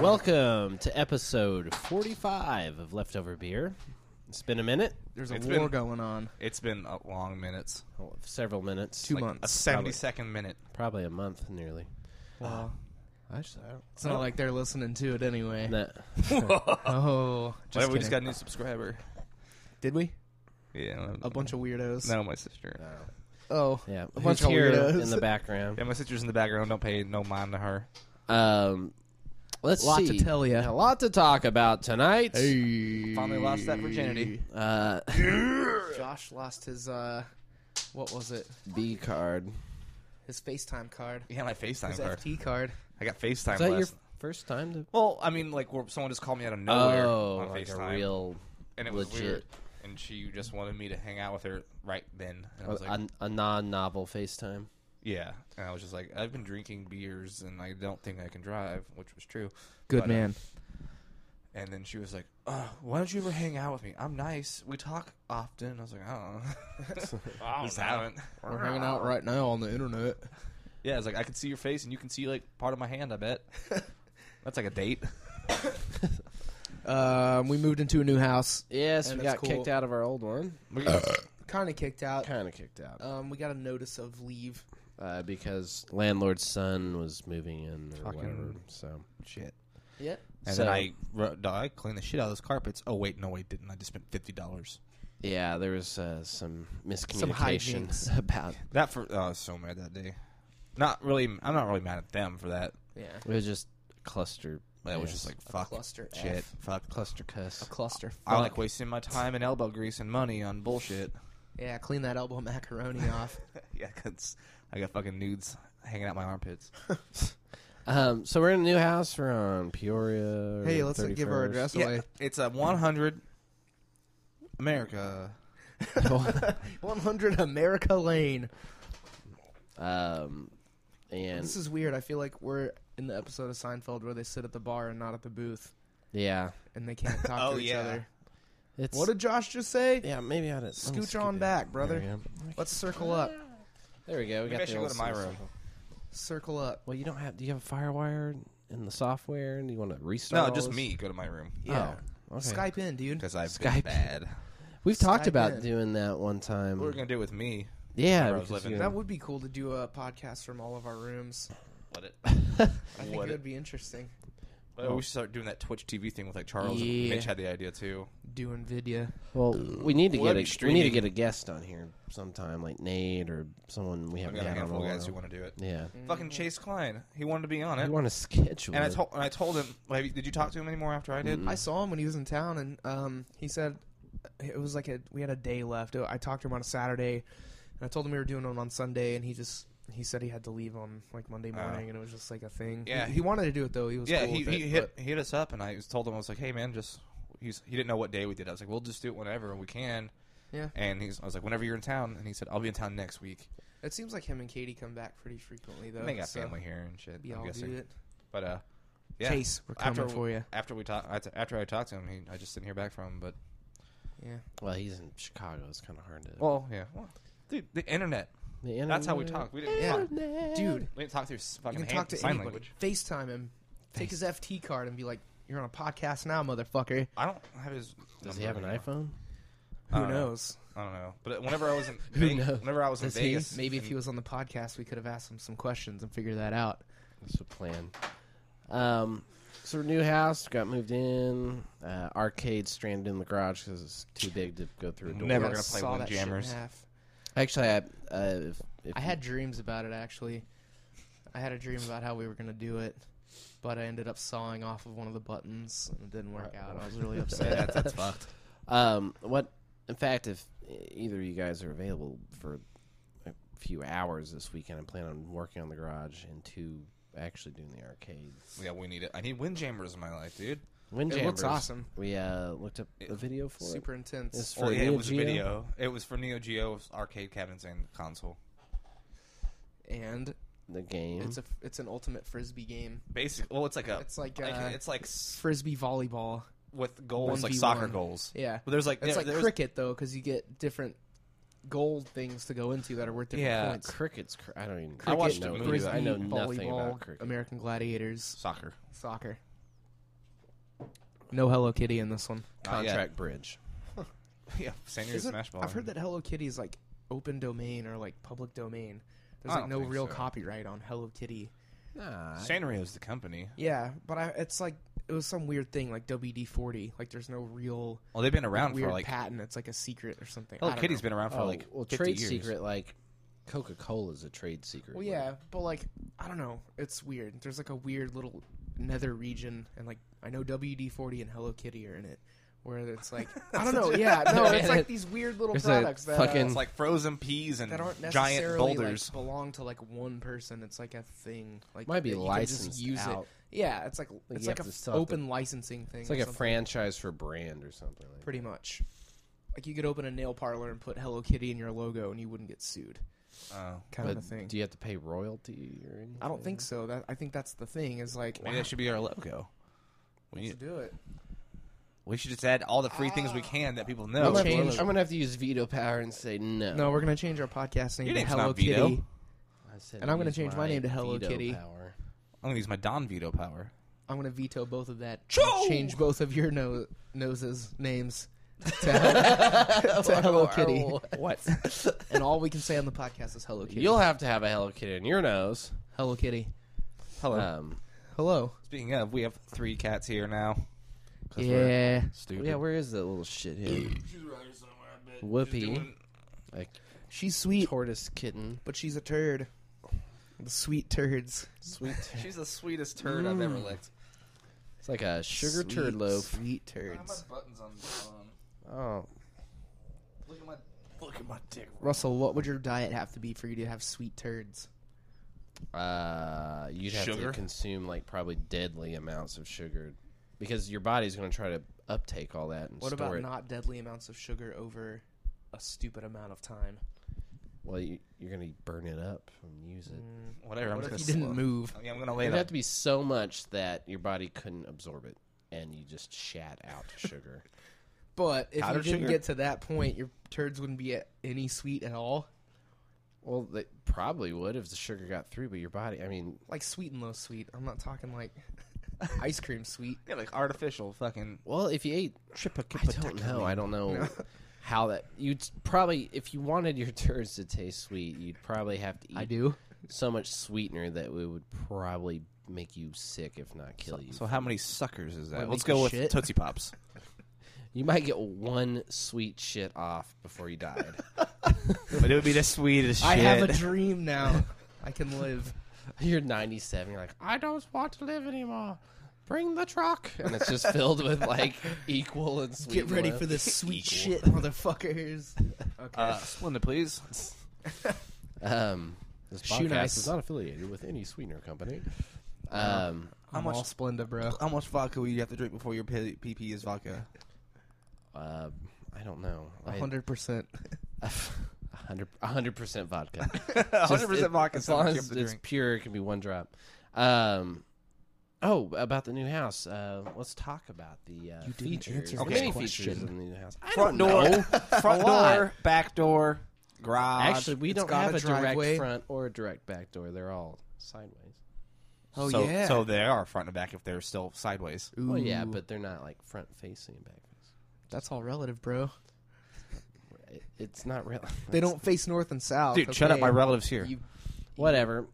Welcome to episode 45 of Leftover Beer. It's been a minute, There's a It's war been- going on. It's been a long minutes. Oh, several minutes, Two like, months. A 70 second minute. probably a month nearly. Well, I just, I don't, it's not like they're listening to it anyway. nah. Oh, just Whatever, we just got a kidding. new subscriber. Did we? Yeah. A bunch of weirdos. No, my sister. Oh, yeah, A bunch who's of here weirdos. in the background. Yeah, my sister's in the background. Don't pay no mind to her. Um, let's Lot to see. tell ya. A lot to talk about tonight. Hey. Finally lost that virginity. Uh, Josh lost his uh, what was it? B card. Is His FaceTime card. Yeah, my FaceTime His card. FT card. I got FaceTime that your last. first time to? Well, I mean, like, where someone just called me out of nowhere Oh, on like FaceTime. a real and it was legit- weird. And she just wanted me to hang out with her right then. And I was like, a, a non-novel FaceTime. yeah. And I was just like, I've been drinking beers and I don't think I can drive, which was true. Good But, uh, man. And then she was like, oh, why don't you ever hang out with me? I'm nice. We talk often. I was like, I don't know. I just haven't. We're hanging out right now on the internet. Yeah, it's like I can see your face and you can see like part of my hand, I bet. That's like a date. Um, we moved into a new house. Yes, And we it's got cool. kicked out of our old one. Kind of kicked out. Kind of kicked out Um, we got a notice of leave. uh, because landlord's son was moving in or whatever. So shit. Yeah. And So- then I, ru- no, I cleaned the shit out of those carpets. Oh, wait, no, wait, didn't. I just spent $50. yeah, there was uh, some miscommunication hijinks. about. That for, oh, I was so mad that day. Not really, I'm not really mad at them for that. Yeah. It was just cluster. But it was yeah, just like, fuck. cluster shit. F. Fuck. cluster cuss. Cluster. I like wasting my time and elbow grease and money on bullshit. Yeah. Clean that elbow macaroni off. yeah, because I got fucking nudes hanging out my armpits. Um, so we're in a new house. We're on Peoria. Hey, let's not give our 31st. address away. it's a 100 America. 100 America Lane. um, and This is weird. I feel like we're in the episode of Seinfeld where they sit at the bar and not at the booth, yeah, and they can't talk Oh, to each yeah. other. it's What did Josh just say? yeah. Maybe I didn't let me Scooch scoot on down. back, brother. There we go. Let's circle up. There we go. We Maybe I got the should go old to my system. room. Circle up. Well, you don't have. Do you have a FireWire in the software? And you want to restart? No, all just this? me. Go to my room. Yeah. Oh, okay. Skype in, dude. Because I've Skype. been bad. We've talked Skype about in. doing that one time. What are we going to do with me? yeah, where I was because living. you- That would be cool to do a podcast from all of our rooms. Let it. I think What it it- would be interesting. we should start doing that Twitch TV thing with like Charles and Yeah. Mitch had the idea too. Doing video. well, we need to Well, get that'd be a, we need to streaming. get a guest on here sometime, like Nate or someone we I haven't got a had on a handful of guys who while. want to do it. Yeah, Fucking Chase Klein. He wanted to be on we it. want to schedule. And I it. told and I told him. Wait, did you talk to him anymore after I did? I saw him when he was in town, and um, he said it was like a we had a day left. I talked to him on a Saturday, and I told him we were doing it on Sunday, and he just he said he had to leave on like Monday morning, and it was just like a thing. Oh. Yeah. he, he wanted to do it though. He was Yeah, cool he, with he it, hit he hit us up, and I was told him I was like, "Hey, man, just he's he didn't know what day we did. I was like, we'll just do it whenever we can." but- yeah. And he's I was like, "Whenever you're in town," and he said, "I'll be in town next week." It seems like him and Katie come back pretty frequently though. they got so family here and shit. We I'm all guessing, do it. but uh, yeah. Chase, we're coming after for you. after we talk after- after I talked to him, he, I just didn't hear back from him. But Yeah, well, he's in Chicago. It's kind of hard to. well, uh, yeah, well, dude, the internet. the internet, That's how we talk. We didn't Yeah. talk. dude, We didn't talk through s- you fucking can hand- talk to sign anybody. language. Facetime him, take his FT card, and be like, "You're on a podcast now, motherfucker." I don't have his. Does he have number an anymore. iPhone? I Who don't know. knows? I don't know. But whenever I was in Who Vegas, knows? whenever I was in Does he? Vegas, Maybe if he and- was on the podcast, we could have asked him some questions and figured that out. That's the plan. Um, so our new house got moved in. Uh, arcade stranded in the garage because it's too big to go through a door. Never Yeah, I gonna play saw one that shit in jammers. half. Actually, I uh, if, if I had dreams about it actually. I had a dream about how we were gonna do it, but I ended up sawing off of one of the buttons and it didn't work out. I was really upset. Yeah, that's fucked. Um, what? In fact, if either of you guys are available for a few hours this weekend, I plan on working on the garage and two actually doing the arcade. Yeah, we need it. I need windjammers in my life, dude. Windjammers. It looks awesome. We uh, looked up a video for it. Super intense. It's for Well, oh, yeah, Neo it was Geo. a video. It was for Neo Geo arcade cabinets and console. and The game. it's a it's an ultimate frisbee game. Basic. Well, it's like a. It's like, uh, it's like s- Frisbee volleyball. with goals, like 1v1. soccer goals. Yeah. But there's like It's there- like there's- cricket though, because you get different gold things to go into that are worth different Yeah. points. Cricket's. Cr- I don't even. I I watched know a anything movie about- I know Frisbee, nothing volleyball, about cricket. American Gladiators, soccer. soccer. No Hello Kitty in this one. Not yet. Contract bridge. yeah, send your Isn't- Smash Ball. I've heard that Hello Kitty is like open domain or like public domain. There's I like don't no think real so. copyright on Hello Kitty. Nah, I- Sanrio's the company. Yeah, but I, it's like it was some weird thing like WD forty. Like there's no real Well, they've been around weird for like. patent. It's like a secret or something. Hello I don't Kitty's know. been around for oh, like well, 50 trade years. secret like Coca Cola is a trade secret. Well, like- yeah, but like I don't know. It's weird. There's like a weird little nether region, and like I know WD forty and Hello Kitty are in it. Where it's like I don't know. Yeah, no, it's like these weird little There's a products that uh, fucking It's like frozen peas and that aren't necessarily giant like, boulders. belong to like one person. It's like a thing. Like might be that you can just licensed use it. out. Yeah, it's like Like, it's you like a have to f- sell it open licensing thing. It's like or a something, franchise for brand or something. Like pretty much. Like you could open a nail parlor and put Hello Kitty in your logo, and you wouldn't get sued, uh, oh. kind of a But thing. Do you have to pay royalty or anything? I don't think so. That I think that's the thing. Is like Maybe that should be our logo. We, to need, do it. we should just add all the free things we Ah. can that people know. I'm gonna, change- have to- I'm gonna have to use veto power and say no. No, we're gonna change our podcast name Your to name's Hello not Kitty. Vito. I said And I'm gonna use change my name to Hello veto Kitty. Power. I'm gonna use my Don veto power. I'm gonna veto both of that. Choo! Change both of your no- noses names to, Hello- to Hello Kitty. What? And all we can say on the podcast is Hello Kitty. You'll have to have a Hello Kitty in your nose. Hello Kitty. Hello. Um, Hello. Speaking of, we have three cats here now. 'Cause we're Yeah. Stupid. yeah, where is that little shit here? She's around here somewhere, I bet. Whoopi. She's doing- Like She's sweet, tortoise kitten, but she's a turd. The sweet turds. sweet. tur- She's the sweetest turd I've Mm. ever licked. it's like a sugar Sweet, turd loaf. Sweet Look at turds. my buttons on. on- Oh, Look at my. Look at my dick. Russell, what would your diet have to be for you to have sweet turds? uh, you'd have Sugar? to consume like probably deadly amounts of sugar because your body's gonna try to uptake all that and What store about it. not deadly amounts of sugar over a stupid amount of time? well, you, you're gonna burn it up and use it. Mm. Whatever. I'm What if you just didn't gonna. slow- move? Yeah, I'm gonna lay It'd have that. to be so much that your body couldn't absorb it, and you just shat out sugar. But if Powdered you didn't sugar? get to that point, your turds wouldn't be at any sweet at all. Well, they probably would if the sugar got through, but your body—I mean, Like sweet and low sweet. I'm not talking like ice cream sweet. Yeah, like artificial fucking. Well, if you ate I don't know. I don't know how that. You'd probably, if you wanted your turds to taste sweet, you'd probably have to eat I do. so much sweetener that it would probably make you sick, if not kill you. So how many suckers is that? What, Let's make you go with shit? Tootsie Pops. you might get one sweet shit off before you died. but it would be the sweetest I have a dream now. I can live. you're 97. You're like, I don't want to live anymore. Bring the truck, and it's just filled with like equal and sweet. Get ready oil. for this sweet Equal. shit, motherfuckers. Okay. uh, Splenda, please. Um, this Shoe podcast nice. Uh, is not affiliated with any sweetener company. Um, I'm much- all Splenda, bro. How much vodka will you have to drink before your pee pee is vodka? uh, I don't know. I- 100%. A hundred a hundred percent vodka. Just 100 it- percent vodka. As so long much you as have to it's drink. pure, it can be one drop. Um, oh, about the new house. Uh, let's talk about the uh, You didn't features. answer the the many question. features of the new house. I front don't door, know. front A lot. door, back door, garage. Actually, we It's don't got have a a driveway. direct front or a direct back door. They're all sideways. Oh, so, yeah. So they are front and back if they're still sideways. Ooh, Well, Oh, yeah, but they're not like front facing and back facing. That's all relative, bro. It, it's not real. They don't face north and south. Dude, shut up! okay? My relatives here. You, You Whatever.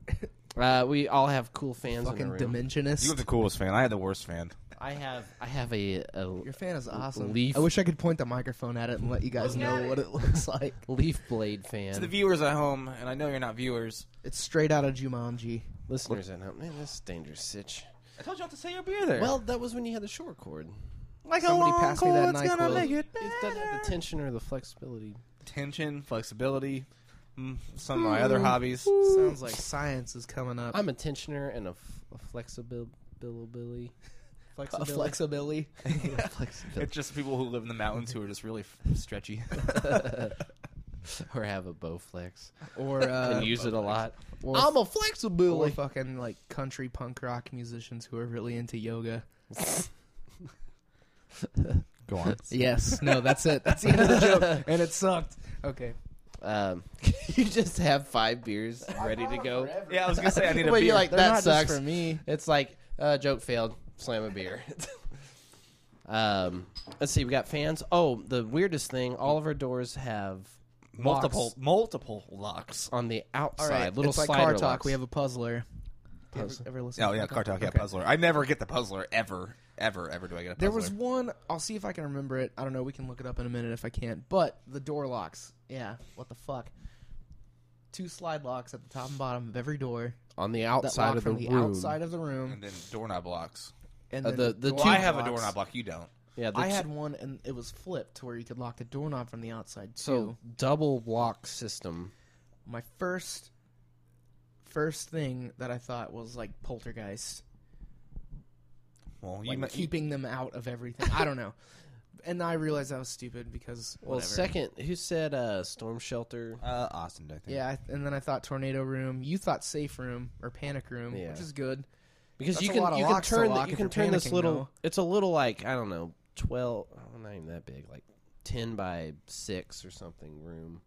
Uh, we all have cool fans in fucking our room. dimensionist. were the coolest fan. I had the worst fan. I have. I have a, a Your fan is awesome. leaf- I wish I could point the microphone at it and let you guys know what it looks like. leaf blade fan. To the viewers at home, and I know you're not viewers. It's straight out of Jumanji. Listeners at home, man, this is dangerous, Sitch. I told you not to say your beer there. Well, that was when you had the short cord. like oh, somebody passed me that it's gonna NyQuil. make it It doesn't have the tension or the flexibility. Tension, flexibility, mm, some of my other hobbies. Sounds like science is coming up. I'm a tensioner and a, f- a flexibility. Uh, Flexibility. flexibility. It's just people who live in the mountains who are just really f- stretchy. or have a bow flex. Or, uh, and use it a lot. or, a or flexibility. fucking like country punk rock musicians who are really into yoga. Go on. Yes, no, that's it. That's the end of the joke, and it sucked. Okay, Um, you just have five beers ready to go. Yeah, I was gonna say I need a But beer. you're like, They're that not sucks. just for me. It's like, uh, joke failed, slam a beer. Um, let's see, we got fans. Oh, the weirdest thing: all of our doors have multiple locks multiple locks. on the outside, All right, little it's like slider car talk. locks. We have a puzzler. Ever, ever listen Oh to yeah, Car car talk. Yeah, Okay. puzzler. I never get the puzzler ever, ever, ever. Do I get a puzzler? There was one. I'll see if I can remember it. I don't know. We can look it up in a minute if I can. But the door locks. Yeah. What the fuck? Two slide locks at the top and bottom of every door on the that outside lock of the from the room. outside of the room. and then doorknob locks. And Uh, then the- the door two- Well, I have a locks. doorknob lock. You don't. yeah, the I two- had one, and it was flipped to where you could lock the doorknob from the outside too. so double lock system. my first first thing that I thought was like poltergeist, Well, you like might keeping them out of everything. I don't know. And I realized I was stupid because Well, whatever. second, who said uh, storm shelter? Uh, Austin, I think. yeah, I- and then I thought tornado room. You thought safe room or panic room, Yeah. which is good. Because That's you a can lot of you can locks to turn lock the, you if can you're turn this panicking, little. though. It's a little like I don't know twelve. Oh, not even that big, like ten by six or something room.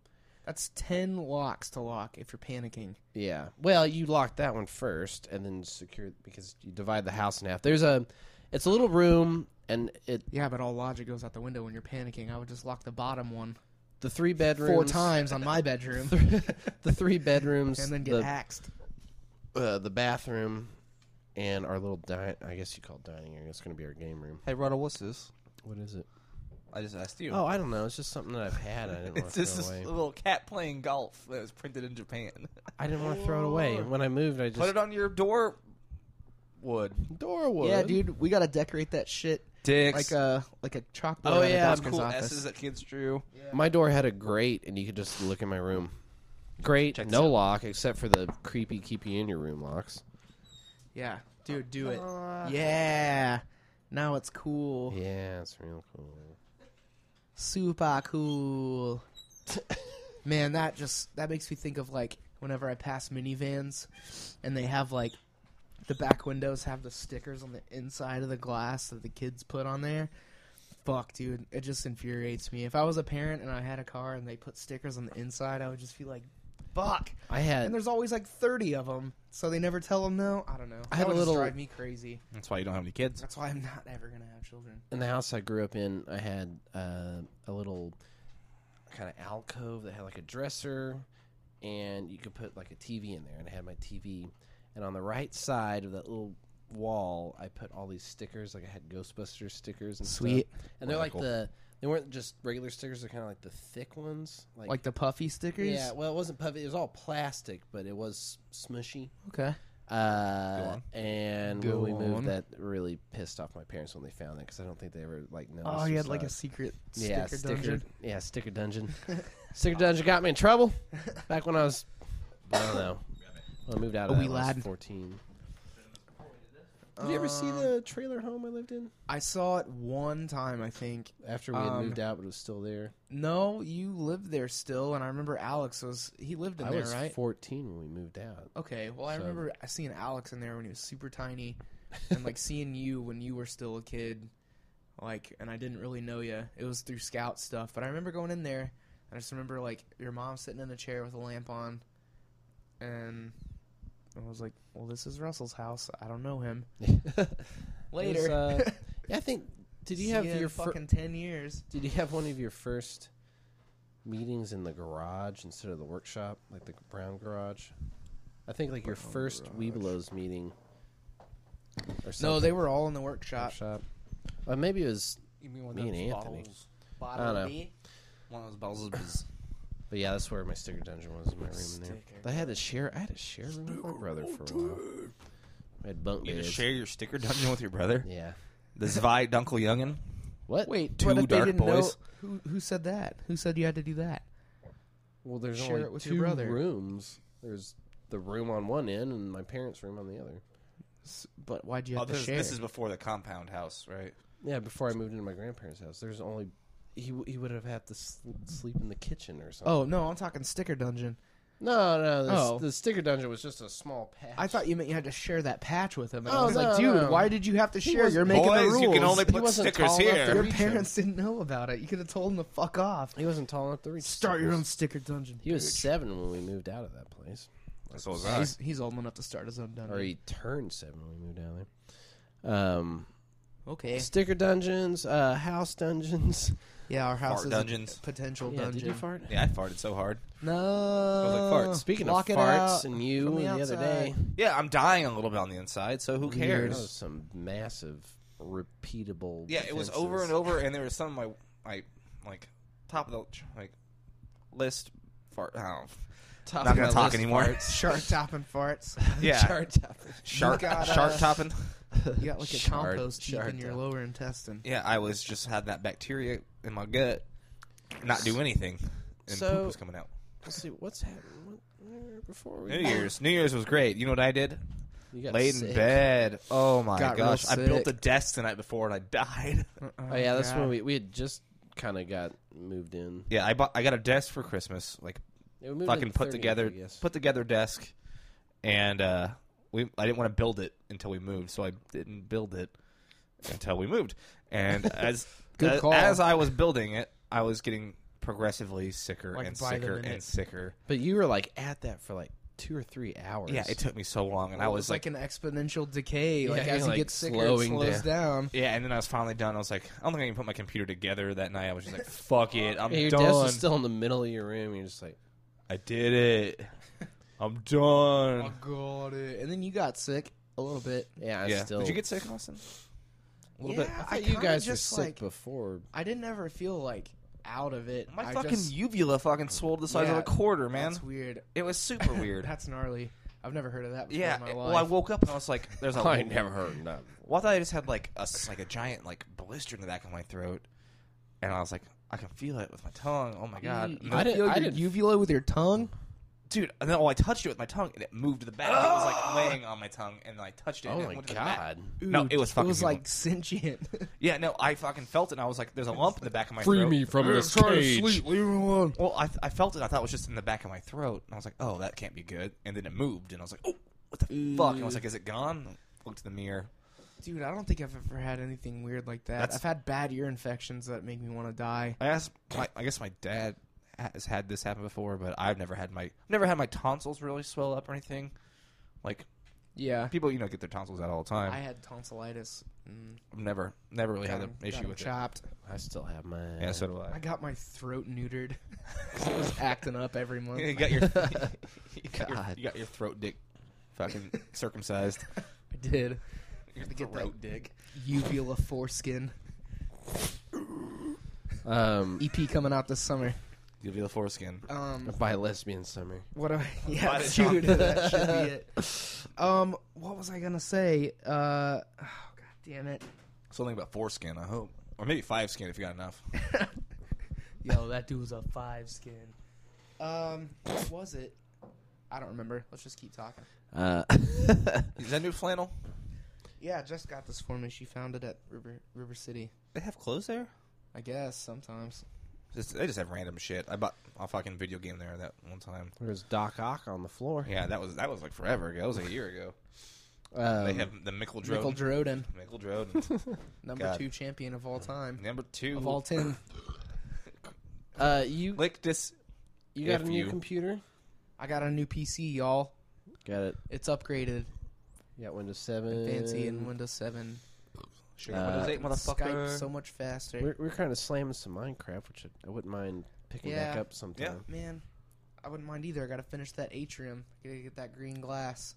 That's ten locks to lock if you're panicking. Yeah. Well, you lock that one first, and then secure because you divide the house in half. There's a, it's a little room, and it Yeah, but all logic goes out the window when you're panicking. I would just lock the bottom one the three bedrooms four times on my bedroom, the three bedrooms and then get the axed. uh, the bathroom, and our little di- I guess you call it dining area. It's going to be our game room. Hey, Ruddle, what's this? What is it? I just asked you. Oh, I don't know. It's just something that I've had. I didn't want it's to just throw this away. little cat playing golf that was printed in Japan. I didn't want to throw it away. When I moved, I just Put it on your door wood. Dorwood. Yeah, dude, we gotta decorate that shit Dicks. like a like a chalkboard. Oh, at a yeah, Those doctor's cool office. S's that kids drew. My door had a grate, and you could just look in my room. Grate, Check this no out. lock except for the creepy keep you in your room locks. Yeah, dude, do it. yeah, now it's cool. Yeah, it's real cool. Super cool. Man, that just that makes me think of like whenever I pass minivans, and they have like the back windows have the stickers on the inside of the glass that the kids put on there. Fuck, dude, it just infuriates me. If I was a parent and I had a car and they put stickers on the inside, I would just be like, "Fuck." I had And there's always like 30 of them, so they never tell them no. I don't know. I had That would a just little- drive me crazy. That's why you don't have any kids. That's why I'm not ever gonna have children. in the house I grew up in. I had uh, a little kind of alcove that had like a dresser, and you could put like a TV in there. And I had my TV, and on the right side of that little wall, I put all these stickers. Like I had Ghostbusters stickers and stuff. Sweet. And they're like Radical. the they weren't just regular stickers. They're kind of like the thick ones, like, Like the puffy stickers. yeah. Well, it wasn't puffy. It was all plastic, but it was smushy. Okay. Uh, on. and Go when we moved, on. that really pissed off my parents when they found that because I don't think they ever like noticed. Oh, or you had saw like it. a secret sticker yeah dungeon. yeah sticker dungeon. sticker dungeon got me in trouble back when I was I don't know when I moved out A of wee that, when I lad. was fourteen. Did you ever see Um, the trailer home I lived in I saw it one time, I think. after we had um, moved out, but it was still there? No, you lived there still, and I remember Alex was he lived in I there, was right? fourteen when we moved out. okay. Well, I So- remember seeing Alex in there when he was super tiny, and like seeing you when you were still a kid, like, and I didn't really know you. It was through scout stuff, but I remember going in there, and I just remember like your mom sitting in a chair with a lamp on, and I was like, "Well, this is Russell's house. I don't know him." Later, It was, uh, yeah, I think. Did you See have ya in your fir- fucking ten years? Did you have one of your first meetings in the garage instead of the workshop, like the brown garage? I think like your first Weeblos meeting. Or No, something, they were all in the workshop. workshop. Or maybe it was, You mean one Me and Anthony. bottles? I don't know. One of those bottles is but yeah, that's where my sticker dungeon was in my room. In there, Sticker I had a share. I had a share room with my brother for a while. I had bunk You beds. just share your sticker dungeon with your brother? Yeah. The Zvi Dunkel Youngin? What? Wait, Two what if they dark didn't boys. Know, who who said that? Who said you had to do that? Well, there's share only it with two your brother. rooms. There's the room on one end and my parents' room on the other. S- But why'd you Oh, have to this, share? this is before the compound house, right? Yeah, before I moved into my grandparents' house, there's only he w- he would have had to sl- sleep in the kitchen or something. oh no, I'm talking sticker dungeon. no, no, the, Oh. the sticker dungeon was just a small patch. I thought you meant you had to share that patch with him. And I Oh, was no, like, dude, no. why did you have to share? was- You're making the Boys, rules. you can only He put wasn't stickers tall enough here. to Your reach parents didn't know about it. You could have told him to fuck off. he wasn't tall enough to reach. Start your stickers. own sticker dungeon. He was bitch. seven when we moved out of that place, So was Yeah, I. He's, he's old enough to start his own dungeon. or he turned seven when we moved out there. Um, Okay. Sticker dungeons, uh, house dungeons. Yeah, our house Fart is dungeons. a potential Yeah, dungeon. did you fart? Yeah, I farted so hard. No. like, farts. Speaking Block of it farts out and you from and the the other day, outside. Yeah, I'm dying a little bit on the inside, so who That cares? was some massive, repeatable. Yeah, it was defenses. over and over, and there was some of my my like top of the ch- like list fart. I don't know. Top Not of gonna my talk list anymore. farts. Shark top and farts. Yeah. Chart top. Shark got, shark uh, topping. You got like a Shard- compost heap shard in your top. lower intestine. Yeah, I was just had that bacteria in my gut, not do anything, and So- poop was coming out. Let's see what's happening. What, before we New Year's, New Year's was great. You know what I did? You got Laid in sick. bed. Oh my Got real gosh! I built sick. a desk the night before and I died. Oh yeah, that's when we we had just kind of got moved in. yeah, I bought. I got a desk for Christmas. Like Yeah, we moved in fucking the put 30th, I together guess. put together desk and uh we I didn't want to build it until we moved so I didn't build it until we moved and as Good as, call. as I was building it I was getting progressively sicker Like and by the sicker and minute. sicker but you were like at that for like two or three hours. yeah it took me so long and I It was like, an exponential decay. like you're, as you like, get sicker, it slowing slows down. yeah and then I was finally done I was like I don't think I can put my computer together that night I was just like fuck it I'm Yeah, your desk done is still in the middle of your room. You're just like, I did it I'm done I got it. And then you got sick a little bit. yeah, I yeah still. did you get sick Austin a little bit? Yeah, I I thought you kinda guys were just, sick like- before. I didn't ever feel like out of it. my I fucking just, uvula fucking swelled the size of Yeah, a quarter man That's weird. It was super weird. That's gnarly. I've never heard of that before yeah. in my it- life. well, I woke up and I was like, "There's a." I never heard none. Well, I thought I just had like a s- like a giant like blister in the back of my throat, and I was like, I can feel it with my tongue. Oh my god, And You then- I didn't- feel I your didn't- uvula with your tongue? dude! And then oh, I touched it with my tongue, and it moved to the back. It was like laying on my tongue, and I touched it. Oh and it my went to the back. god! No, it was fucking It was evil. like sentient. Yeah, no, I fucking felt it. and I was like, "There's a lump in the back of my throat." from Leave me alone. Well, I, I felt it. I thought it was just in the back of my throat, and I was like, "Oh, that can't be good." And then it moved, and I was like, "Oh, what the fuck?" And I was like, "Is it gone?" Looked in the mirror. Dude, I don't think I've ever had anything weird like that. That's- I've had bad ear infections that make me want to die. I asked my, I guess my dad has had this happen before, but I've never had my never had my tonsils really swell up or anything. Like Yeah. people, you know, get their tonsils out all the time. I had tonsillitis. Mm, I've never never really had got an 'em- got issue 'em with chopped. I still have my. it. Yeah, so do I I. got my throat neutered. it was acting up every month. you got your you got your, God. you got your throat dick fucking circumcised. I did. Your to get that- throat dick. Uvula foreskin. um, EP coming out this summer. You'll be the foreskin. Um, by lesbian summer. what do I? Yeah, By the time- dude, that should be it. Um, what was I gonna say? Uh, oh, god damn it! Something about foreskin, I hope, or maybe five skin if you got enough. Yo, that dude was a five skin. Um, what was it? I don't remember. Let's just keep talking. Uh, Is that new flannel? Yeah, I just got this for me. She found it at River River City. They have clothes there. I guess sometimes. Just, they just have random shit. I bought a fucking video game there that one time. there's Doc Ock on the floor. Yeah, that was that was like forever ago. That was a year ago. Um, They have the Mickle Michael Drone. Droden, Mickle Drone. number God. two champion of all time, Number two. of all ten. uh, you Click this. you got if a new you- computer? I got a new PC, y'all. Got it. It's upgraded, You got Windows Seven. fancy, and Windows Seven. Sugar Uh, Windows 8, motherfucker. Skype so much faster. We're, we're kind of slamming some Minecraft, which I, I wouldn't mind picking back Yeah. up sometime. Man, I wouldn't mind either. I gotta finish that atrium. I gotta get that green glass.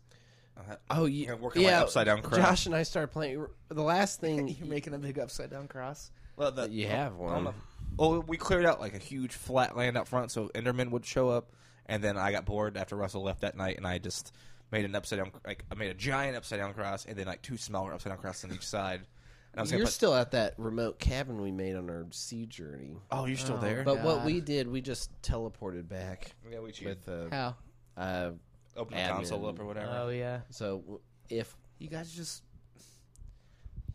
Uh, Oh you yeah, gotta work on my upside down crap. Josh and I started playing. The last thing You're making a big upside down cross. well, the, you have I don't one. know. Oh, we cleared out like a huge flat land out front, so Enderman would show up. And then I got bored after Russell left that night, and I just made an upside down, like I made a giant upside down cross, and then like two smaller upside down crosses on each side. And I was You're gonna put, still at that remote cabin we made on our sea journey. oh, you're still Oh, there? But what God. we did, we just teleported back yeah, we cheated. with uh, How? uh Open the admin. console up or whatever. Oh, yeah. so w- if You guys just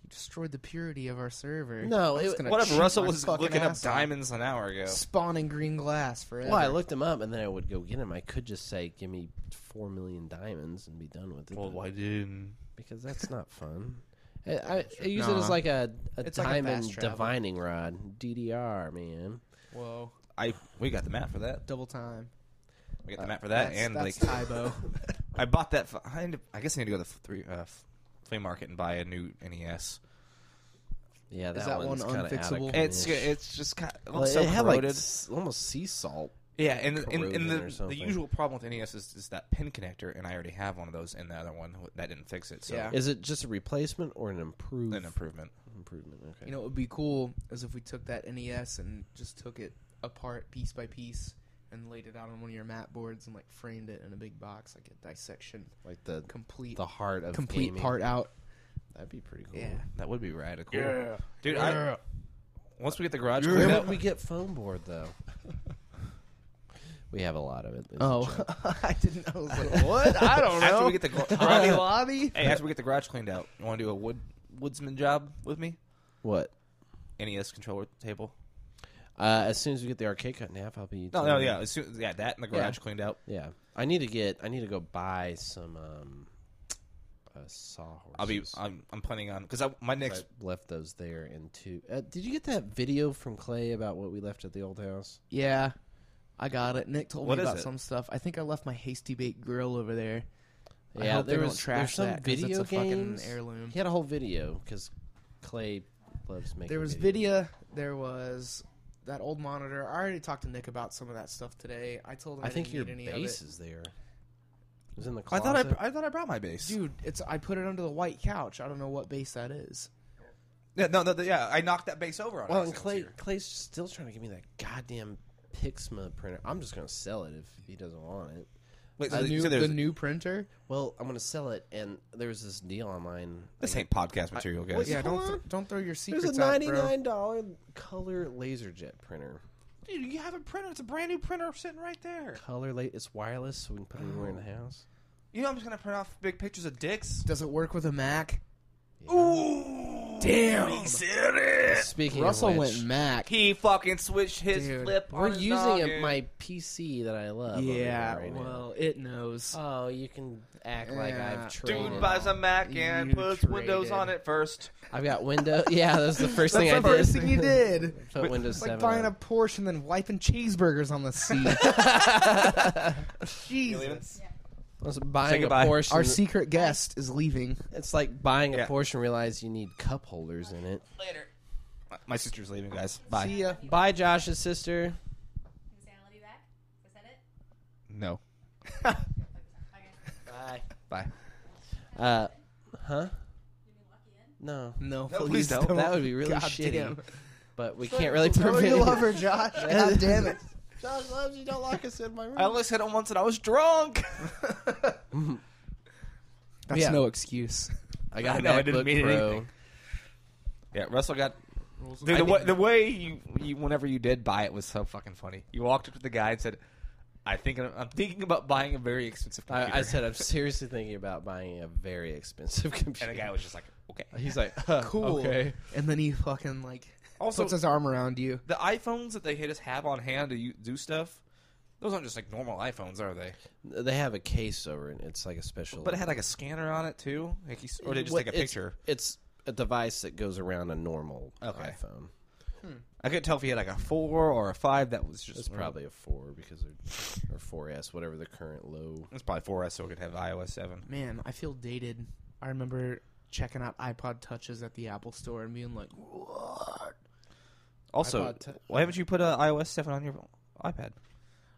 you destroyed the purity of our server. No, I'm just it- gonna Whatever. cheat Russell my was fucking looking up ass off. diamonds an hour ago. Spawning green glass forever. well, I looked him up and then I would go get him. I could just say, "Give me four million diamonds and be done with it," but- didn't? because that's not fun. I, I, I use it Nah. as like a, a It's like a diamond fast travel. divining rod, DDR, man. Whoa, I we got the map for that. double time. We Uh, got the map for that, that's, and that's like Tybo. I bought E that. f- I, end up- I guess I need to go to the f- three, uh, f- flea market and buy a new NES. Yeah, that, that one's one kind of unfixable? It's it's just kind of Well, so it had like corroded. s- almost sea salt. yeah, and, and, corrosion and or the, the something. usual problem with NES is, is that pin connector, and I already have one of those in the other one that didn't fix it. So Yeah. Is it just a replacement or an improve? an improvement. improvement. Okay. You know, it would be cool is if we took that NES and just took it apart piece by piece and laid it out on one of your mat boards and like framed it in a big box, like a dissection, like the complete, the heart of complete gaming. part out. That'd be pretty cool. Yeah. That would be radical. dude. I, once we get the garage Where cleaned up, would we get foam board though? we have a lot of it. It's a Oh, joke. I didn't. I was like, what? I don't know. after we get the gar- Hobby Lobby. hey, after we get the garage cleaned out, you want to do a wood woodsman job with me? what? NES controller table. Uh, as soon as we get the arcade cut in half, I'll be. No, no, Oh, yeah, as soon, yeah, that and the garage cleaned out. yeah. I need to get. I need to go buy some um, uh, sawhorses. I'll be. I'm, I'm planning on because my next. I left those there in two. Uh, did you get that video from Clay about what we left at the old house? Yeah, I got it. Nick told What me is about it? some stuff. I think I left my hasty baked grill over there. I Yeah, hope there they was- don't trash there's some that 'cause it's video a fucking games. heirloom. He had a whole video because Clay loves making. There was videos. video. There was that old monitor. I already talked to Nick about some of that stuff today. I told him I, I think your didn't need any base of is there. It was in the I closet. thought I, br- I thought I brought my base. it. Dude, it's I put it under the white couch. I don't know what base that is. Yeah, no, no, yeah, I knocked that base over on. well, and accident Clay here. Clay's still trying to give me that goddamn Pixma printer. I'm just gonna sell it if he doesn't want it. Wait, The so new, so the there's- new printer. Well, I'm gonna sell it, and there was this deal online. this I- ain't podcast material, guys. well, Yeah, don't Hold th- don't throw your There's a secrets out, bro. ninety-nine dollar color LaserJet printer. Dude, you have a printer. It's a brand new printer sitting right there. Color, la- it's wireless, so we can put it anywhere in the house. You know, I'm just gonna print off big pictures of dicks. Does it work with a Mac? Ooh, damn! He said it. Speaking Russell of which, went Mac. He fucking switched his Dude, flip. we're on his using noggin. it, my PC that I love. over Yeah, there right now. well, it knows. Oh, you can act like Yeah. I've Dude, traded. buy- a Mac You traded. it first. I've got Windows. Yeah, that was the first That's thing I the first did. thing you did. Put Windows It's like 7 buying on. a Porsche and then wiping cheeseburgers on the seat. Jesus. I was buying Say a goodbye. Porsche. Our and- secret guest is leaving. it's like buying a Yeah. Porsche and realize you need cup holders in it. My sister's leaving, guys. Bye. See ya. Bye, Josh's sister. Can you say I love you back? Is that it? No. Okay. Bye. Bye. Uh, huh? You mean lucky in? No, No, No, please please don't. don't. that would be really God shitty. damn. But we can't really prevent. you love her, Josh. God damn it. Josh loves you. Don't lock us in my room. I only said it once, and I was drunk. That's Yeah. no excuse. I got a I know, I MacBook didn't mean Pro. anything. yeah, Russell got. Dude, I the, think- way, the way you, you, whenever you did buy it, was so fucking funny. You walked up to the guy and said, "I think I'm, I'm thinking about buying a very expensive computer." I, I said I'm seriously thinking about buying a very expensive computer. and the guy was just like, "Okay." He's like, huh, Cool. Okay. And then he fucking like Also- puts his arm around you. The iPhones that they hit us have on hand to u- do stuff. Those aren't just like normal iPhones, are they? They have a case over it. It's like a special. But it had like a scanner on it too. Like you, s- or they just What- take a it's- picture. It's, a device that goes around a normal Okay. iPhone. I couldn't tell if he had like a four or a five. That was It's just probably a four because they're or 4S, whatever the current low. It's probably 4S, so it could have iOS 7. Man, I feel dated. I remember checking out iPod touches at the Apple store and being like, "What?" Also, iPod t- why haven't you put uh, iOS 7 on your iPad?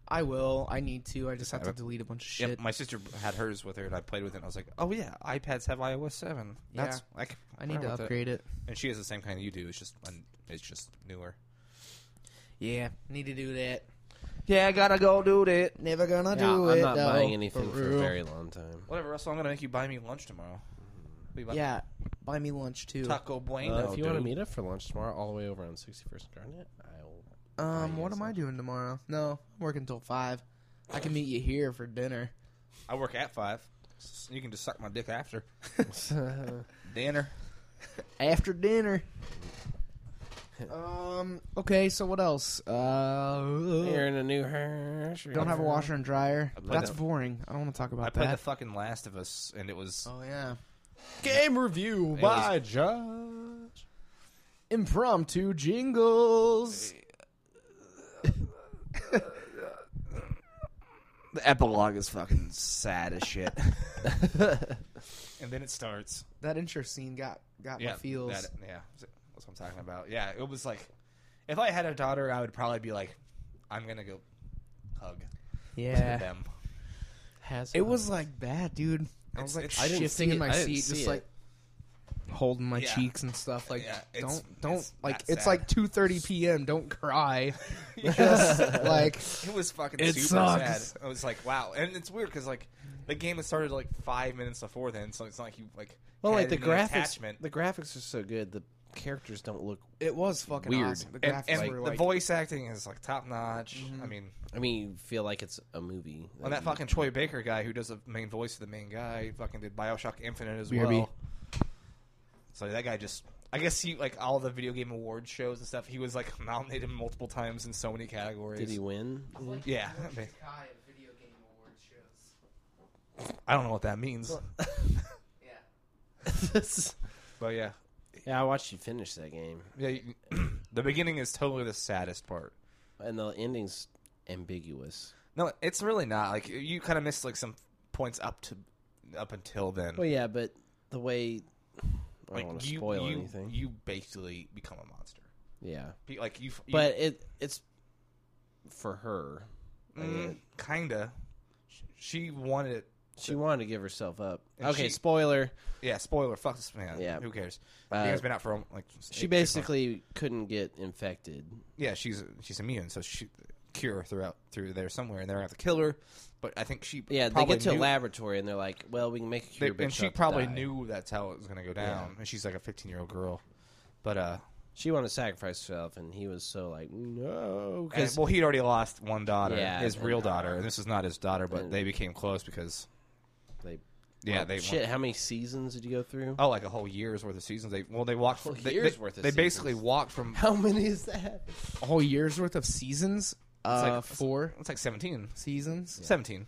I will. I need to. I just have to have a- delete a bunch of shit. Yep, my sister had hers with her, and I played with it, and I was like, oh, yeah, iPads have iOS 7. That's like, I need to upgrade it. And she has the same kind you do. It's just un- it's just newer. Yeah, need to do that. Yeah, I gotta go do that. Never gonna Yeah, do I'm it. not though. buying anything for, a real. very long time. Whatever, Russell, I'm gonna make you buy me lunch tomorrow. We buy Yeah, buy me lunch too. Taco Bueno. Uh, if you want to dude. meet up for lunch tomorrow, all the way over on 61st and Garnet, I will. Um, Buy what you am I some. doing tomorrow? No, I'm working till five. I can meet you here for dinner. I work at 5. So you can just suck my dick after. Dinner. After dinner. um. Okay. So what else? Uh. You're in a new hash. Don't have a washer and dryer. played That's the- boring. I don't want to talk I about played that. the fucking Last of Us, and it was. oh yeah. Game review It by Josh. Impromptu jingles. The epilogue is fucking sad as shit. and then it starts. That intro scene got got my feels. that- yeah. It was That's what I'm talking about. Yeah, it was like, if I had a daughter, I would probably be like, I'm gonna go hug Yeah. them. Has It was like that, dude. I was It's- like it's- I didn't shifting see in it. my I didn't seat, see just it. like holding my Yeah. cheeks and stuff. Like, Yeah, it's- don't, don't, it's like, that it's sad. like two thirty p.m. Don't cry. Just like, It was fucking It super sucks. sad. I was like, wow, and it's weird because like the game had started like five minutes before then, so it's not like you like well, like had the any graphics. attachment. The graphics are so good. The characters don't look. it was fucking Weird. awesome. The and, graphics and were the like, Mm-hmm. voice acting is like top notch. I mean, I mean, you feel like it's a movie. well, Like, that fucking Troy Baker guy who does the main voice of the main guy fucking did Bioshock Infinite as BRB. well. So that guy just, I guess he like all the video game award shows and stuff. He was like nominated multiple times in so many categories. Did he win? Yeah, I, mean, I don't know what that means, but yeah, yeah, I watched you finish that game, yeah. You, the beginning is totally the saddest part. and the ending's ambiguous. No, it's really not. Like you kind of missed like some points up to up until then. Well, yeah, but the way I like don't want to spoil you, anything. You basically become a monster. yeah, Be- Like you, you but it it's for her. I mean, mm, kinda. Sh- She wanted it. She wanted to give herself up. And okay, she- spoiler. Yeah, spoiler. Fuck this man. Yeah. who cares? Uh, the game's been out for um, like She eight, six months. basically couldn't get infected. yeah, she's she's immune, so she cure throughout through there somewhere, and they're gonna have to kill her. But I think she Yeah, probably they get to knew, a laboratory and they're like, "Well, we can make a they- cure." but and you'll she have to probably die." knew that's how it was gonna go down. And she's like a 15 year old girl, but uh, she wanted to sacrifice herself, and he was so like, "No," And- because well, he'd already lost one daughter, Yeah, his and- real daughter, and this is not his daughter, but and- they became close because they. yeah, well, they shit. How many seasons did you go through? oh like a whole year's worth of seasons. They well, they walked Whole from, they, year's they- worth of They basically seasons. walked from How many is that? a whole year's worth of seasons. Uh, like- four it's like 17. seasons, Seventeen.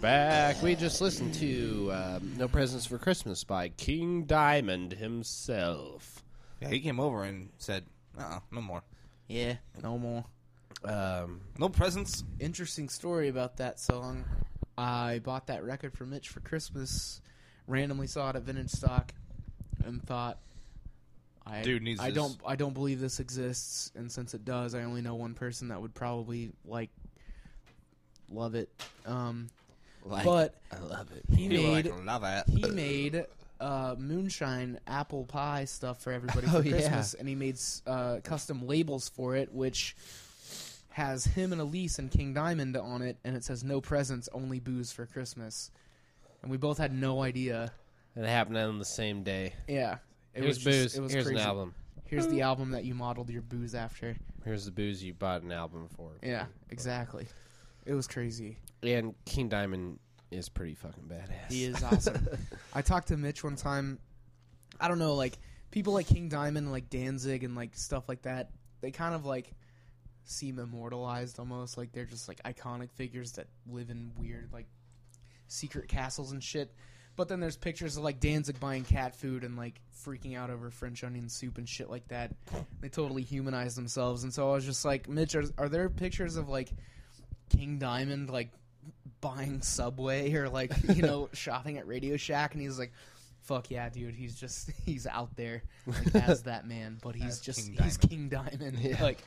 back. We just listened to um, No Presents for Christmas by King Diamond himself. Yeah, he came over and said, uh-uh, no more. Yeah, no more. Um, No presents. Interesting story about that song. I bought that record for Mitch for Christmas. Randomly saw it at Vintage Stock, and thought, "I Dude needs I this. don't. I don't believe this exists. And since it does, I only know one person that would probably like, love it. Um, like, but I love it. he People made like, love it. he made uh, moonshine apple pie stuff for everybody for Oh, yeah. Christmas, and he made s- uh, custom labels for it, which has him and Elise and King Diamond on it, and it says "No presents, only booze for Christmas." And we both had no idea. It happened on the same day. Yeah, it Here's was booze. Just, it was Here's crazy. an album. Here's the album that you modeled your booze after. Here's the booze you bought an album for. Yeah, exactly. It was crazy. And King Diamond is pretty fucking badass. He is awesome. I talked to Mitch one time. I don't know, like people like King Diamond, like Danzig, and like stuff like that. They kind of like seem immortalized almost. Like they're just like iconic figures that live in weird like secret castles and shit. But then there's pictures of like Danzig buying cat food and like freaking out over French onion soup and shit like that. They totally humanize themselves, and so I was just like, Mitch, are, are there pictures of like King Diamond like buying Subway or like you know shopping at Radio Shack, and he's like, "Fuck yeah, dude! He's just he's out there like, as that man, but he's As just King he's King Diamond, like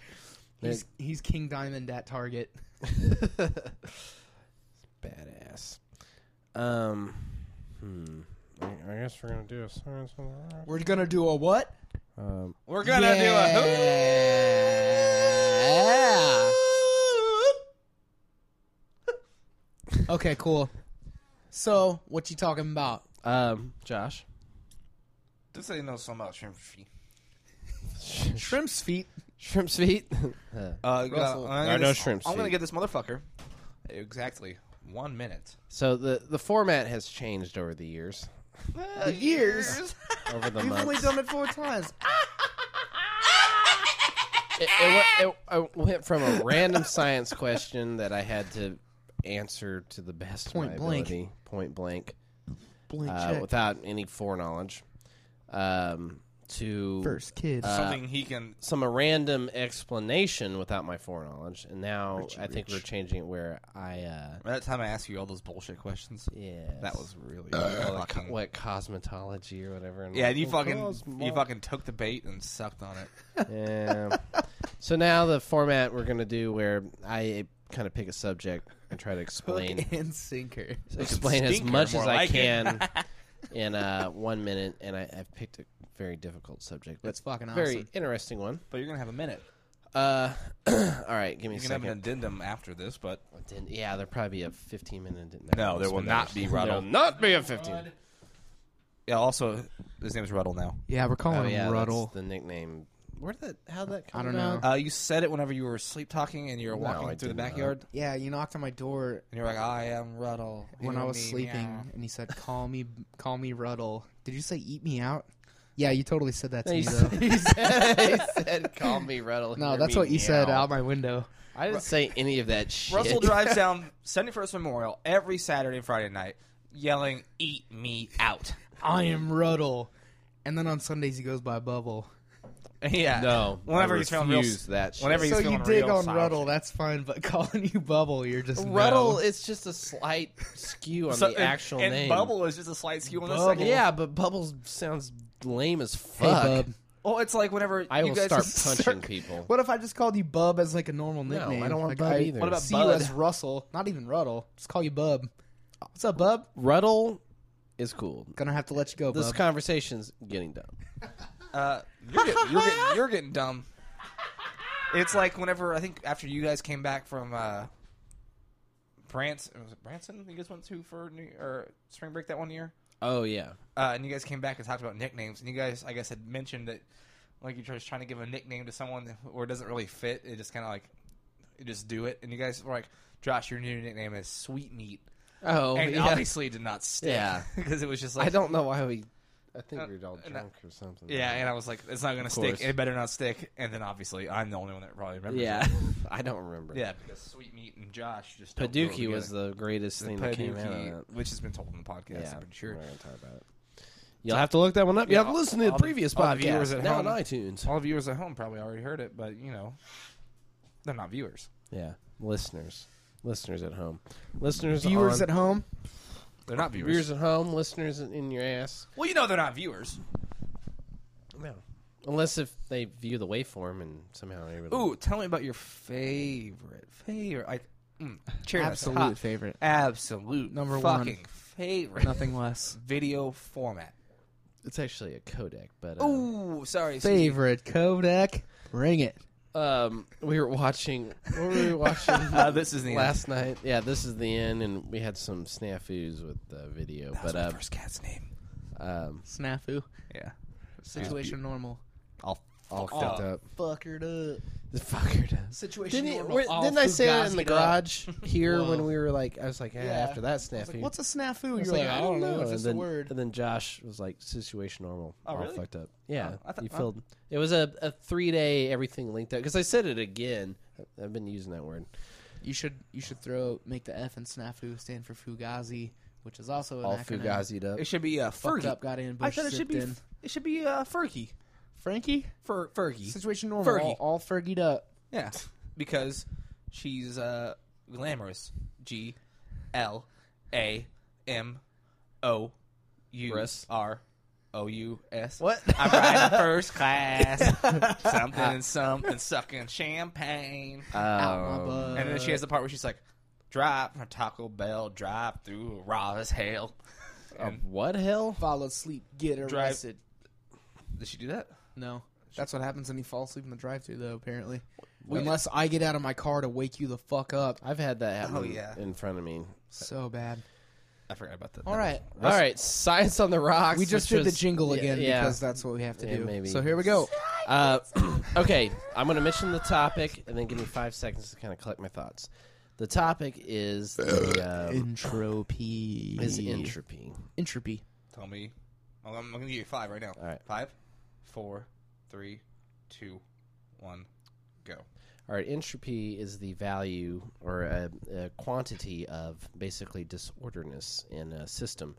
he's he's King Diamond at Target." badass. Um, hmm. I, I guess we're gonna do a science. on the rock. We're gonna do a what? Um, We're gonna do it. Yeah. okay, cool. So, what you talking about? um, Josh. This ain't no so much. Russell, Shrimp's feet. Shrimp's feet. uh, Russell. I'm There are gonna- no shrimps I'm gonna feet. get this motherfucker exactly one minute. so the the format has changed over the years, years. over the We've months. only done it four times. it, it, went, it, it went from a random science question that I had to answer to the best of Point my blank. ability, point blank, Blink uh, check. without any foreknowledge, um, to First kid. Uh, Something he can. some random explanation without my foreknowledge, and now Richie I think Rich. we're changing it where I, uh, By that time I asked you all those bullshit questions, yeah, that was really Uh, co- fucking. what cosmetology or whatever. and Mm. Yeah, like, and you "Oh, fucking cosmo-" you fucking took the bait and sucked on it. Yeah. so now the format we're gonna do where I kind of pick a subject and try to explain. and sinker. explain as Stinker, much more as I like it. can in uh, one minute, and I, I've picked a very difficult subject, but That's fucking awesome. very interesting one. But you're gonna have a minute. Uh, all right, give me You a can have an second. addendum after this, but Then- yeah, there'll probably be a fifteen minute. No, there will not be, Ruddle. There'll not be a fifteen. yeah. Also, his name's Ruddle now. Yeah, we're calling Oh him yeah, Ruddle. that's the nickname. Where did that? How did that? Come I don't about? know. Uh, you said it whenever you were sleep talking and you were No, walking I through the did not. backyard, Yeah, you knocked on my door and you're like, "I am Ruddle." You when I and was me, sleeping, meow. and he said, "Call me, call me Ruddle." Did you say "eat me out"? Yeah, you totally said that to He me said, though. he said, he said, "Call me Ruddle." No, hear that's me what you said meow." out my window. I didn't say any of that shit. Russell drives down 71st Memorial every Saturday and Friday night, yelling, "Eat me out!" I am Ruddle, and then on Sundays he goes by Bubble. yeah, No, Whenever I he's feeling real, refuse that shit. whenever he's so you feeling dig real on sour. Ruddle, that's fine, but calling you Bubble, you're just Ruddle, no. it's just a slight skew on So- the and- actual and name. Bubble is just a slight skew on the Bubble. second. Yeah, but Bubbles sounds lame as Hey, fuck. bub. Well, Oh, it's like whenever I you will guys start just punching start- people. What if I just called you Bub as like a normal No, nickname? I don't want like, Bub I- either. What about see you Bud? as Russell? Not even Ruddle. Just call you Bub. What's up, Bub? Ruddle is cool. Gonna have to let you go, This Bub. conversation's getting dumb. Uh, you're, getting, you're, getting, you're getting dumb. It's like whenever I think after you guys came back from uh, Branson, was it Branson? You guys went to for New, or spring break that one year, Oh yeah, uh, and you guys came back and talked about nicknames, and you guys I guess had mentioned that like you're just trying to give a nickname to someone where it doesn't really fit. It just kind of like you just do it, and you guys were like, "Josh, your new nickname is Sweet Meat," Oh, and yeah. obviously it did not stick Yeah. because it was just like I don't know why we I think Uh, we we're all and I- drunk or something. Yeah, and I was like, it's not going to Of stick. course. It better not stick. And then obviously, I'm the only one that probably remembers. yeah, it. I don't remember. yeah, because Sweet Meat and Josh just don't go Paducah was together. the greatest thing that came out of Paducah, that. which has been told on the podcast. I'm pretty sure. We're not gonna talk about it. You'll have to look that one up. Yeah, You'll have to listen to the all the- previous all the viewers podcast. at Now on home. iTunes. All viewers at home probably already heard it, but you know, they're not viewers. Yeah, listeners, listeners at home, listeners, Viewers on, at home, They're not viewers. viewers at home, listeners in- in your ass. Well, you know they're not viewers. No, unless if they view the waveform and somehow they really Ooh, tell me about your favorite favorite. Like, mm, cherry nuts, absolute hot. favorite, absolute Number one. fucking favorite nothing less. video format. It's actually a codec, but uh, Ooh, sorry. excuse me. Favorite codec, bring it. um, we were watching. What were we watching? Uh, this is the end. last night. Yeah, this is the end, and we had some snafus with the video, That was but my uh, first cat's name. um, Snafu Yeah. situation normal. I'll all Fuck fucked up. up. Fuckered up. The fucker does. Situation Didn't, it, normal. where- all didn't I say that in fugazi the up. garage here Whoa. when we were like? I was like, eh, Yeah. after that I was snafu. like, What's a snafu? You're I was like, I don't know. It's And just then, a word. and then Josh was like, situation normal. Oh, all really? fucked up. Yeah. Oh, I thought- you oh. filled. It was a, a three day everything linked up. Because I said it again. I- I've been using that word. You should you should throw make the F and snafu stand for fugazi, which is also an all acronym. fugazied up. It should be uh, Fucked Fergie. up, got in. I Bush thought it should be. in. It should be uh, Fergie. Frankie. Fer- Fergie. Situation normal. Fergie. All, all Fergied up. Yeah, because she's uh, glamorous. G L A M O U Russ. R O U S. What? I'm riding first class. something and something, sucking champagne. out my Um, butt. and then she has the part where she's like, "Drive from Taco Bell, drive through raw as hell." of uh, what hell? fall asleep, get Drive- arrested. Did she do that? No. That's what happens when you fall asleep in the drive thru though, apparently. Well, Unless I get out of my car to wake you the fuck up. I've had that happen Oh, yeah. in front of me. So bad. I forgot about that. All right. All right, science on the rocks. We just which did the was- jingle yeah, again yeah. because that's what we have to Yeah, do. maybe. So here we go. Uh, okay, I'm going to mention the topic and then give me five seconds to kind of collect my thoughts. The topic is the, um, Entropy. is entropy. Entropy. Tell me. I'm, I'm gonna give you five right now. All right. Five, four, three, two, one, go. All right, entropy is the value or a, a quantity of basically disorderness in a system.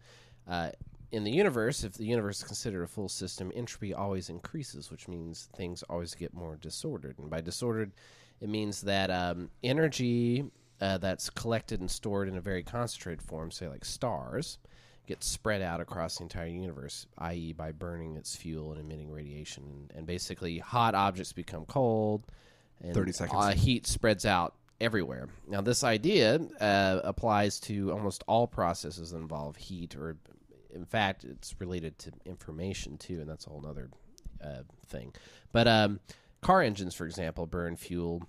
Uh, in the universe, if the universe is considered a full system, entropy always increases, which means things always get more disordered. And by disordered, it means that um, energy uh, that's collected and stored in a very concentrated form, say like stars, gets spread out across the entire universe, i.e., by burning its fuel and emitting radiation. And, and basically, hot objects become cold. And, 30 seconds. Uh, heat spreads out everywhere. Now, this idea uh, applies to almost all processes that involve heat, or in fact, it's related to information too, and that's a whole other uh, thing. But um, car engines, for example, burn fuel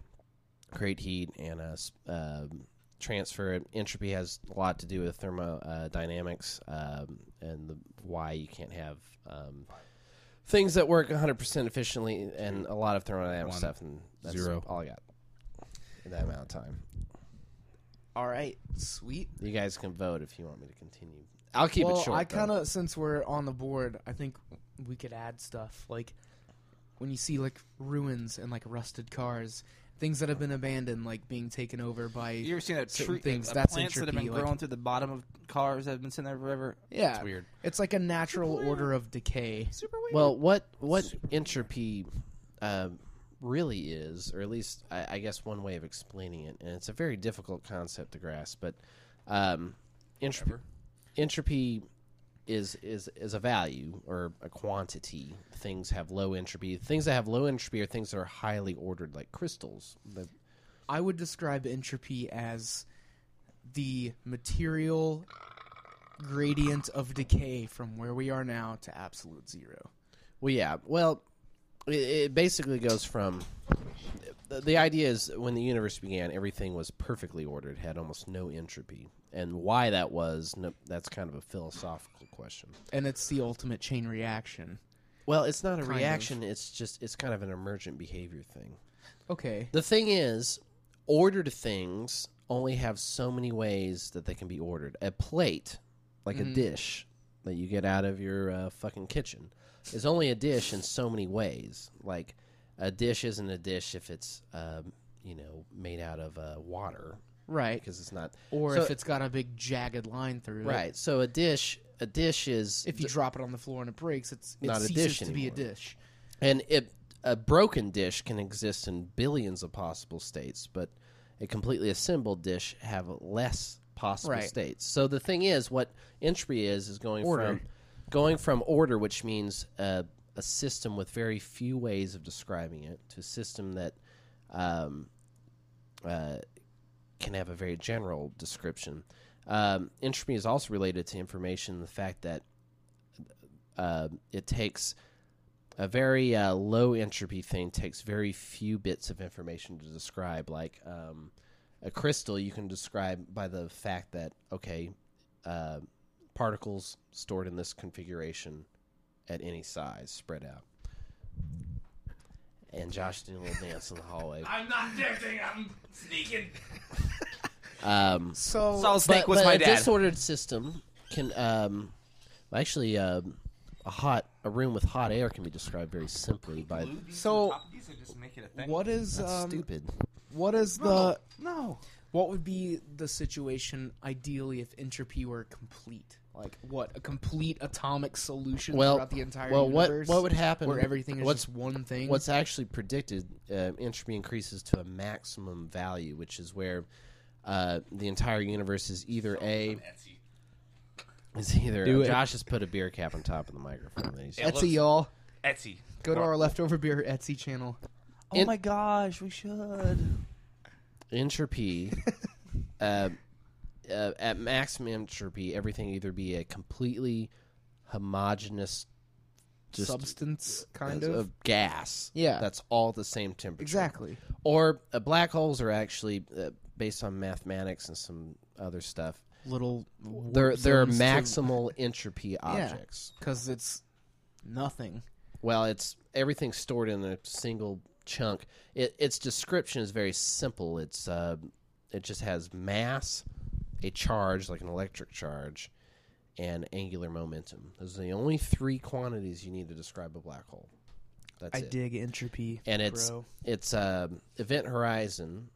create heat and uh, s- um transfer it. Entropy has a lot to do with thermodynamics um, and the, why you can't have um, things that work 100% efficiently and a lot of thermodynamic One. stuff. And that's Zero. all I got in that amount of time. All right. Sweet. You guys can vote if you want me to continue. I'll keep well, it short. I kind of since we're on the board, I think we could add stuff like when you see like ruins and like rusted cars, things that have been abandoned, like being taken over by You ever seen a Certain tree, things, things, a, that's plants that have entropy, been like- growing through the bottom of cars that have been sitting there forever? yeah. It's weird. It's like a natural order of decay. Super weird. Well, what what entropy um, really is, or at least I, I guess one way of explaining it, and it's a very difficult concept to grasp, but um, entropy entropy is is is a value or a quantity. Things have low entropy. Things that have low entropy are things that are highly ordered, like crystals. The, I would describe entropy as the material gradient of decay from where we are now to absolute zero. Well, yeah. Well, it, it basically goes from the, the idea is when the universe began, everything was perfectly ordered, had almost no entropy, and why that was no, that's kind of a philosophical question. And it's the ultimate chain reaction. Well, it's not a Kind of. reaction; it's just it's kind of an emergent behavior thing. Okay. The thing is, ordered things Mm-hmm. only have so many ways that they can be ordered. A plate, like a dish, that you get out of your uh, fucking kitchen is only a dish in so many ways. Like a dish isn't a dish if it's um, you know made out of uh, water right? because it's not Or So- if it's got a big jagged line through it. right. So a dish a dish is If you drop it on the floor and it breaks, it's it Not a ceases dish to be a anymore. dish. And it, a broken dish can exist in billions of possible states, but a completely assembled dish have less possible Right. states. So the thing is, what entropy is is going Order. from going from order, which means uh, a system with very few ways of describing it, to a system that um, uh, can have a very general description. Um, entropy is also related to information. The fact that uh, it takes a very uh, low entropy thing takes very few bits of information to describe. Like um, a crystal, you can describe by the fact that okay, uh, particles stored in this configuration at any size spread out. And Josh doing a little dance in the hallway. I'm not dancing. I'm sneaking. Um, So Solid Snake but, was but my a dad. disordered system can um, well, actually um, a hot a room with hot air can be described very simply by So- just make it a thing. what is that's um, stupid. what is the No. what would be the situation ideally if entropy were complete? Like what a complete atomic solution Well, throughout the entire well, universe. what what would happen where everything is what's just one thing? what's actually predicted? Uh, entropy increases to a maximum value, which is where uh, the entire universe is either a is either Do it. Josh has put a beer cap on top of the microphone. and he's- It Etsy, looks- y'all. Etsy. Go to our leftover beer Etsy channel. Oh my gosh, we should. entropy uh, uh, at maximum entropy everything either be a completely homogeneous just Substance, kind as- of. gas Yeah. that's all at the same temperature Exactly. or uh, black holes are actually uh, based on mathematics and some other stuff Little they're they're maximal entropy objects because it's nothing. well it's everything's stored in a single chunk it, its description is very simple it's uh, it just has mass a charge like an electric charge and angular momentum those are the only three quantities you need to describe a black hole that's I it dig entropy, and it's bro. it's uh, event horizon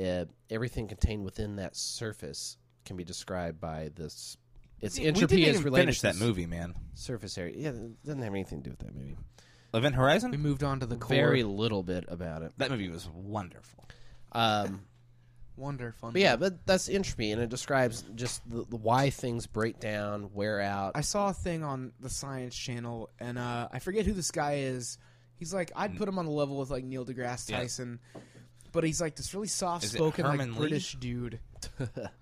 uh, everything contained within that surface can be described by this its entropy we didn't is even related finish to that s- movie, man. surface area yeah it doesn't have anything to do with that movie Event We Horizon. moved on to the core. very little bit about it. That movie was wonderful. Um, wonderful. but yeah, but that's entropy, and it describes just the, the why things break down, wear out. I saw a thing on the Science Channel, and uh, I forget who this guy is. He's like, I'd put him on a level with like Neil deGrasse Mm. Yeah. Tyson, but he's like this really Is it soft-spoken, Herman like Lee? British dude.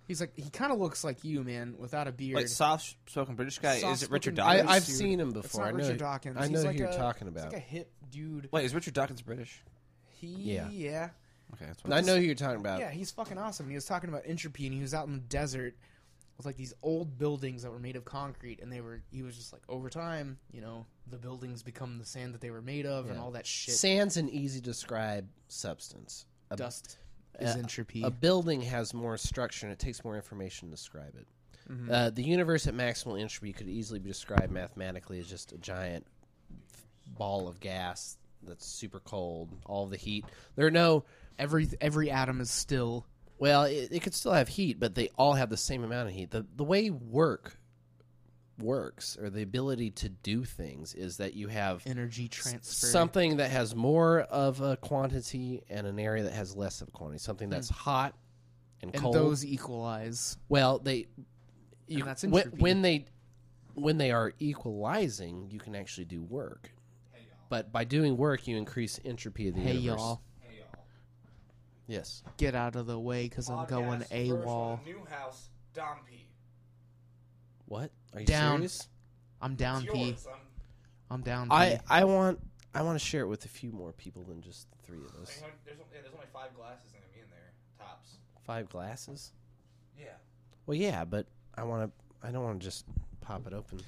He's like, he kind of looks like you, man, without a beard. Like soft-spoken British guy. Is it Soft-spoken Richard I, Dawkins? British I've dude. seen him it's before. not I know, Richard Dawkins. I know he's who like you're a- talking he's about. like a hip dude. Wait, is Richard Dawkins British? He, Yeah. yeah. Okay, that's I know who you're talking about. Yeah, he's fucking awesome. He was talking about entropy, and he was out in the desert with like these old buildings that were made of concrete, and they were. He was just like, over time, you know, the buildings become the sand that they were made of, and Yeah. all that shit. Sand's an easy to describe substance. A, Dust is uh, entropy. a building has more structure, and it takes more information to describe it. Mm-hmm. Uh, the universe at maximal entropy could easily be described mathematically as just a giant ball of gas that's super cold. All the heat. There are no every every atom is still Well, it, it could still have heat, but they all have the same amount of heat. The the way work works or the ability to do things is that you have energy transfer. something that has more of a quantity and an area that has less of a quantity. Something that's hot and, Mm. and cold. those equalize. well, they you, that's when, entropy. when they when they are equalizing, you can actually do work. But by doing work, you increase entropy of the Hey universe. y'all, Yes. get out of the way because I'm going a wall. New house, Dom P. What? Are you Down. serious? I'm down P. I'm down P. I I want I want to share it with a few more people than just the three of us. There's, only five glasses gonna be in there, tops. Five glasses. Yeah. Well, yeah, but I want to. I don't want to just pop it open.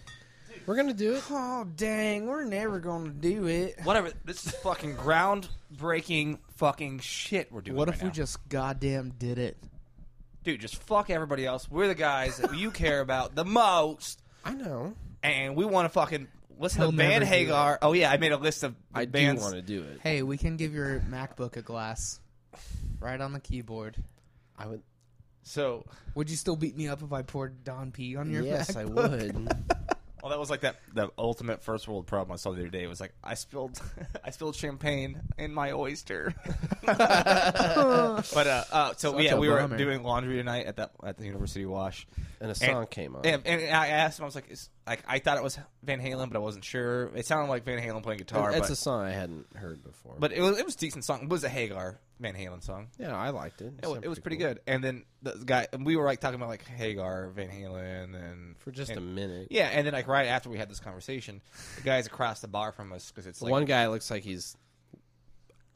We're gonna do it. oh dang, we're never gonna do it. Whatever. This is fucking groundbreaking fucking shit we're doing. What right if we now. just goddamn did it? dude, just fuck everybody else. We're the guys that you care about the most. I know. and we want to fucking listen He'll to never Van do Hagar. Oh yeah, I made a list of I do bands. want to do it. Hey, we can give your MacBook a glass, right on the keyboard. I would. So, Would you still beat me up if I poured Don P on your? Yes, I would. MacBook? well, that was like that the ultimate first world problem I saw the other day. It was like I spilled I spilled champagne in my oyster. but uh, uh so Such yeah, a we were bummer. doing laundry tonight at that at the University Wash. And a song came on. And, and I asked him, I was like, is, like I thought it was Van Halen, but I wasn't sure. It sounded like Van Halen playing guitar, That's but, a song I hadn't heard before. but it was it was a decent song. It was a Hagar Van Halen song. yeah, I liked it. It, wa- sounded it was pretty cool. good. And then the guy, and we were like talking about like Hagar Van Halen and for just and, a minute. Yeah, and then like right after we had this conversation, the guys across the bar from us because it's like One guy looks like he's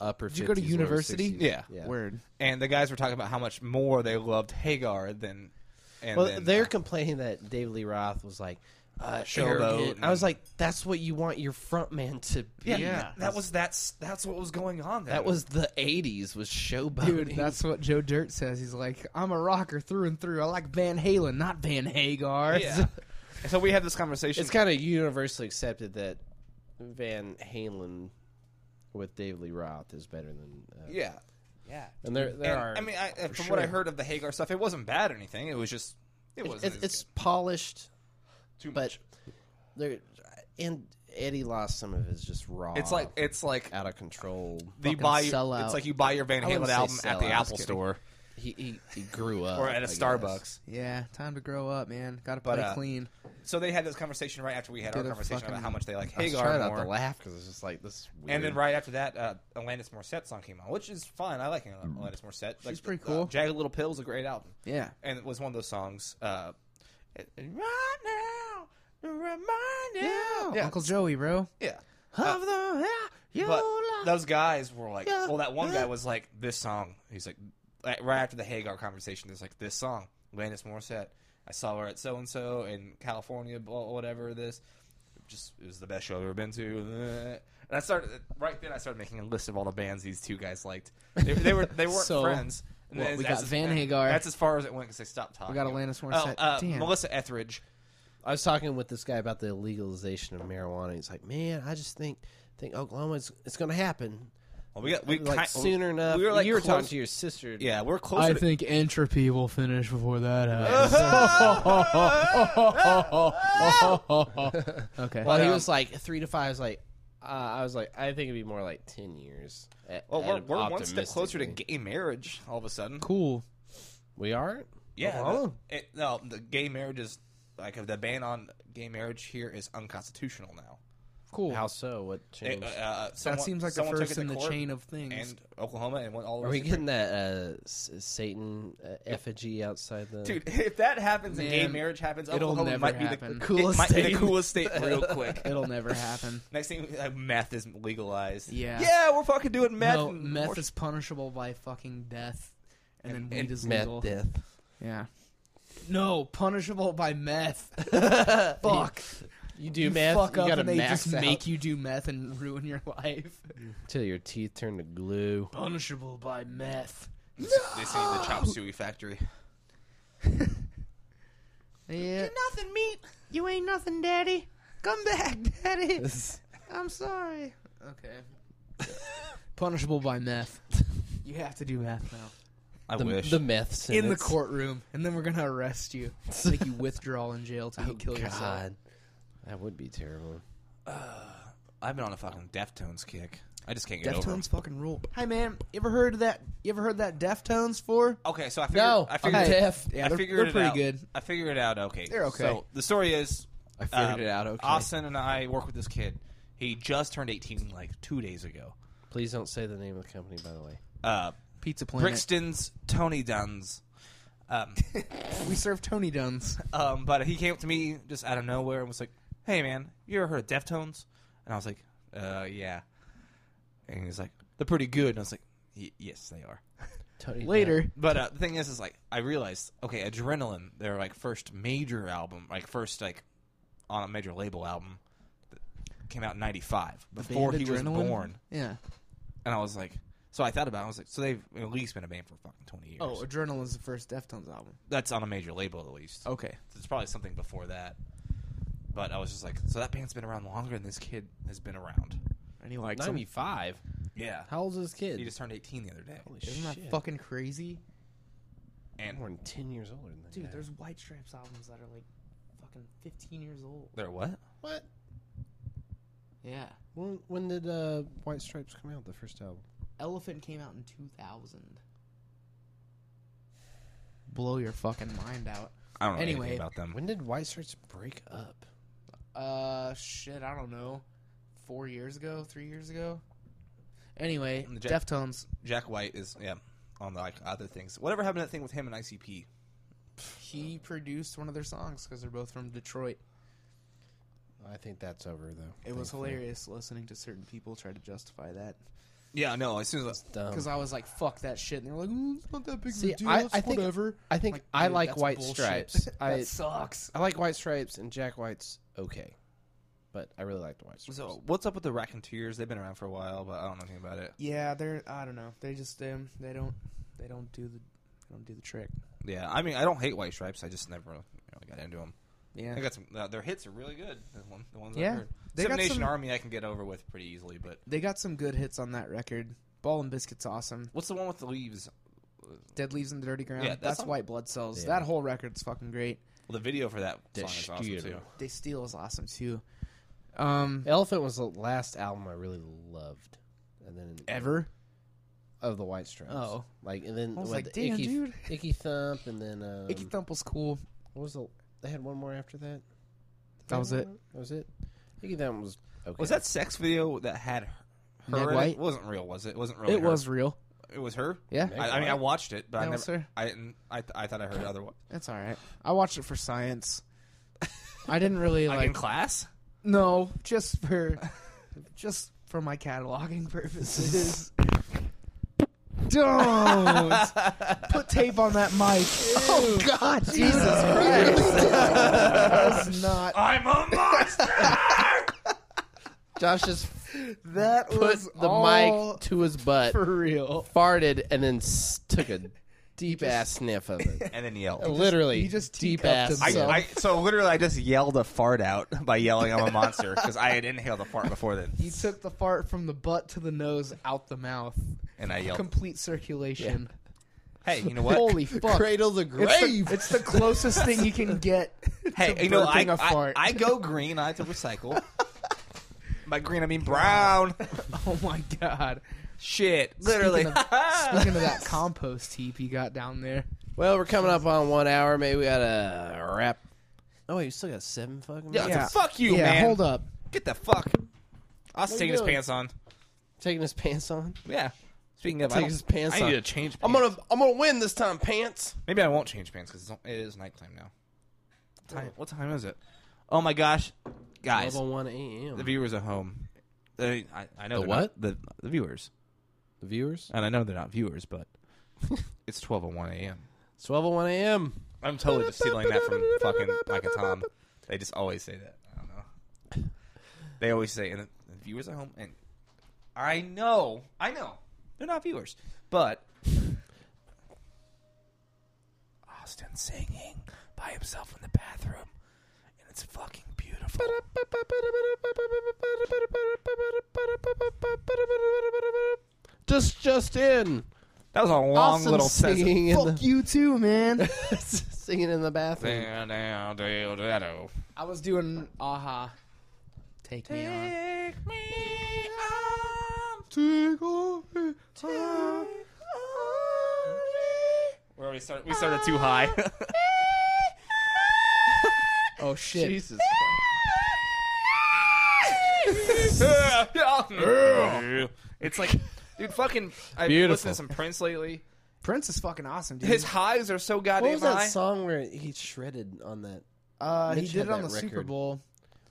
upper. Did you go to 50s, lower university? 60s. Yeah. yeah. Word. and the guys were talking about how much more they loved Hagar than. And well, then, they're uh, complaining that David Lee Roth was like uh, Showboat arrogant. I was and- like, that's what you want your front man to be. yeah, that- that was that's that's what was going on. There. that was the '80s was showboating. Dude, that's what Joe Dirt says. He's like, I'm a rocker through and through. I like Van Halen, not Van Hagar. yeah. And so we had this conversation. it's kind of universally accepted that Van Halen with David Lee Roth is better than uh, yeah, yeah. And there, there And, are. I mean, I, uh, for from what I sure. heard of the Hagar stuff, it wasn't bad or anything. It was just it it's, wasn't. it's, as it's polished, too but there, and Eddie lost some of his just raw. good. it's like it's like out of control. the fucking buy. sellout. It's like you buy your Van I Halen wouldn't say album at the sellout, I was Apple kidding. Store He he, he grew up, or at a I guess. Starbucks. Yeah, time to grow up, man. Gotta But, play uh, clean. So they had this conversation right after we had Get our a conversation about fucking- how much they like I was Hagar trying not to more. laugh because it's just like this. Is weird. And then right after that, uh, Alanis Morissette song came on, which is fine. I like Al- Alanis Morissette. She's Mm. pretty cool. Jagged Little Pill is a great album, Yeah. and it was one of those songs. Uh, right now, remind you. Yeah, Uncle Joey, bro. yeah. Of the- yeah, you But like- those guys were like, Yeah. well, that one guy was like, this song. He's like, like, right after the Hagar conversation, there's like this song, Landis Morissette. I saw her at so and so in California, blah, whatever. This just it was the best show I've ever been to. And I started right then. I started making a list of all the bands these two guys liked. They, they were they weren't So, friends. And what, then we that's got as- Van Hagar. That's as far as it went because they stopped talking. got Alanis Oh, Morissette. uh, Damn. Melissa Etheridge. I was talking with this guy about the legalization of marijuana. He's like, "Man, I just think think Oklahoma's it's going to happen Well, we got we like kind- sooner enough." We were like you were close- talking to your sister. Yeah, we're close. I to, think entropy will finish before that happens. okay. Well, he um, was like three to five. I was like, uh, I was like, I think it'd be more like ten years. at- Well, we're, at- we're one step closer to optimistically. gay marriage all of a sudden. cool. We are. Yeah. Oh. the- it- no, the gay marriage is like the ban on gay marriage here is unconstitutional now. Cool. How so? What It, changed? uh, uh, that someone- seems like the someone took first it in to the court chain of things. And Oklahoma and went all the are way we to getting that uh, s- Satan uh, effigy outside the? Dude, if that happens and gay Man, marriage happens, it'll Oklahoma never might be happen. the Coolest it might be state. the coolest state real quick. It'll never happen. Next thing, like, meth is legalized. Yeah. yeah, we're fucking doing meth. no, and meth we're- is punishable by fucking death, and, And- then and weed is legal. meth death. Yeah. No, punishable by meth. Fuck. You do You meth. fuck you up gotta and they max just out make you do meth and ruin your life. till your teeth turn to glue. Punishable by meth. They say the chop suey factory. Yeah. Nothing meat. You ain't nothing, daddy. Come back, daddy. I'm sorry. Okay. Punishable by meth. You have to do meth now. I the, wish. the meth In the sentence. courtroom, and then we're gonna arrest you, make you withdraw in jail till Oh, you kill yourself. God. That would be terrible. I've been on a fucking Deftones kick. I just can't get over. 'em. Deftones fucking rule. Hey man, you ever heard of that? You ever heard that Deftones for? Okay, so I figured. No, I I'm figured. deaf. Yeah, I they're, figured they're it pretty out. good. I figured it out. Okay, They're okay. So the story is, I figured um, it out. Okay. Austin and I work with this kid. He just turned eighteen like two days ago. Please don't say the name of the company, by the way. Uh, Pizza Planet. Brixton's Tony Dunn's. Um, We serve Tony Duns. um, but he came up to me just out of nowhere and was like, "Hey man, you ever heard of Deftones?" And I was like, "Uh, yeah." And he was like, "They're pretty good." And I was like, y- "Yes, they are." Tony Later, But uh, the thing is, is like I realized, okay, Adrenaline, their like first major album, like first like on a major label album, that came out in '95 before Band he was Adrenaline? born, Yeah. and I was like, so I thought about, it, I was like, so they've at least been a band for fucking 20 years. Oh, Adrenaline's the first Deftones album. that's on a major label at least. Okay. It's probably something before that. But I was just like, so that band's been around longer than this kid has been around. And he likes him. Ninety five. Yeah. How old is this kid? He just turned 18 the other day. Holy Isn't that shit! fucking crazy? And More than ten years older than that. Dude, guy. there's White Stripes albums that are like fucking 15 years old. they're what? what? Yeah. When, when did uh, White Stripes come out? The first album. Elephant came out in 2000. Blow your fucking mind out. I don't know Anyway. anything about them. When did White Stripes break up? Uh, shit, I don't know. Four years ago, three years ago. Anyway, And the Jet- Deftones. Jack White is yeah on the like, other things. Whatever happened to that thing with him and ICP? He produced one of their songs because they're both from Detroit. I think that's over though. It was Thankfully. hilarious listening to certain people try to justify that Yeah, no. As soon It's as dumb. because I was like, "Fuck that shit," and they were like, "Mm, "It's not that big Um, See, of a deal. I- it's I think- whatever." I think Like, I dude, like that's White bullshit. Stripes. I that sucks. I like White Stripes and Jack White's okay, but I really liked White Stripes. so what's up with the Racketeers? They've been around for a while, but I don't know anything about it. Yeah, they're. I don't know. They just um, they don't they don't do the they don't do the trick. Yeah, I mean, I don't hate White Stripes. I just never really got into them. Yeah, I got some. Uh, their hits are really good. The, one, the ones Yeah, I've heard. they Seven got Nation some- Army, I can get over with pretty easily. But they got some good hits on that record. Ball and Biscuits, awesome. what's the one with the leaves? Dead Leaves in the Dirty Ground. Yeah, that that's song- White Blood Cells. Yeah. That whole record's fucking great. Well, the video for that The song is awesome Steer. too. They Steal is awesome too. Um, Elephant was the last album I really loved, and then ever? of the White Stripes. Oh. like and then I was with like, the "Damn, Icky, dude." Icky Thump, and then um, Icky Thump was cool. What was the? They had one more after that. Did That they was have it. one more? That was it. Icky Thump was okay. Was that sex video that had her? Meg in it? White? It wasn't real, was it? It wasn't really. It her. was real. It was her. Yeah, Meg I, I mean, I White? watched it, but I That never. was her. I didn't. I, th- I thought I heard the other one. That's all right. I watched it for science. I didn't really Like, in like. class? No, just for, just for my cataloging purposes. Don't put tape on that mic. Oh God, Jesus Christ! that was not. I'm a monster. Josh just That put was the all mic to his butt, for real. farted, and then s- took a deep ass sniff of it. and then yelled. Literally, he just deep teacupped ass. I, himself. sniff. I, so literally, I just yelled a fart out by yelling "I'm a monster" because I had inhaled a fart before then, You took the fart from the butt to the nose, out the mouth. and I yelled, Complete circulation. "Hey, you know what? Holy fuck! Cradle the It's the- grave. It's the, closest thing you can get. hey, to you know, I, burping a I- fart. I go green. I have to recycle. by green, I mean brown. oh my god! Shit, literally. Speaking Speaking of that compost heap you got down there, Well, we're coming up on one hour. Maybe we gotta wrap. Oh wait, we still got seven fucking. yeah, minutes? Yeah. So fuck you, yeah. man. Hold up, Get the fuck. I was What taking you his doing? pants on. Taking his pants on. Yeah. Speaking of, I, Taking don't- his pants I need on. to change. Pants. I'm gonna, I'm gonna win this time, pants. Maybe I won't change pants because it is nighttime now. What time, what time is it? Oh my gosh, guys, 1 a.m. the viewers at home. They, I, I know The they're not- the the viewers, The viewers. and I know they're not viewers, but it's twelve oh one a.m. 12:01 a.m. I'm totally just stealing that from fucking Mike and Tom. They just always say that. I don't know. They always say, and the viewers at home, and I know, I know, they're not viewers, but Austin singing by himself in the bathroom, and it's fucking beautiful. Just, just in. That was a long Awesome little sentence. singing in fuck you too, man. the singing in the bathroom. Down, down, down, down, down. I was doing aha. Take me on. Take me on. Where we start? We started too high. Oh shit! Jesus. it's like, dude, fucking. I've been Beautiful. listening to some Prince lately. Prince is fucking awesome, dude. His highs are so What goddamn was that high. song where he shredded on that? uh, he Mitch did had it on the that Super record. Bowl.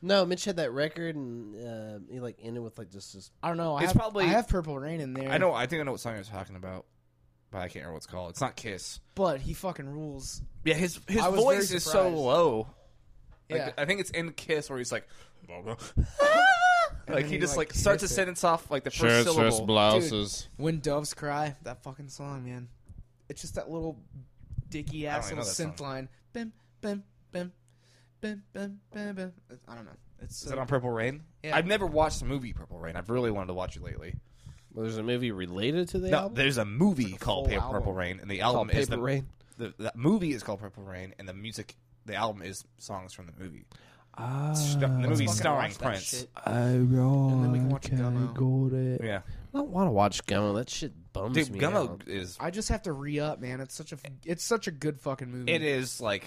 No, Mitch had that record and uh, he like ended with like just this. I don't know. I It's have, probably- I have Purple Rain in there. I know. I think I know what song you're talking about, but I can't remember what it's called. It's not Kiss. but he fucking rules. Yeah, his his I was very voice is so surprised. low. Like, Yeah. I think it's in Kiss where he's like, like then he he, just like, like, starts a hits it. sentence off like the first syllable. blouses. When doves cry, that fucking song, man. It's just that little dicky ass I don't even little know that synth song. line. Bim, bim, bim, bum, bum, bum, bum. I don't know. It's Is so, that on Purple Rain? Yeah. I've never watched the movie Purple Rain. I've really wanted to watch it lately. Well, there's a movie related to the no, album there's a movie called full Paper, album. Purple Rain, and the called album Paper is the, Rain. the the movie is called Purple Rain, and the music, the album is songs from the movie. Ah, St- the movie fucking starring watch that Prince. shit. and then we can watch Gummo. Got it. Yeah, I don't want to watch Gummo. That shit bums dude, me Gummo out. is I just have to re up, man. It's such a f- it's such a good fucking movie. it is like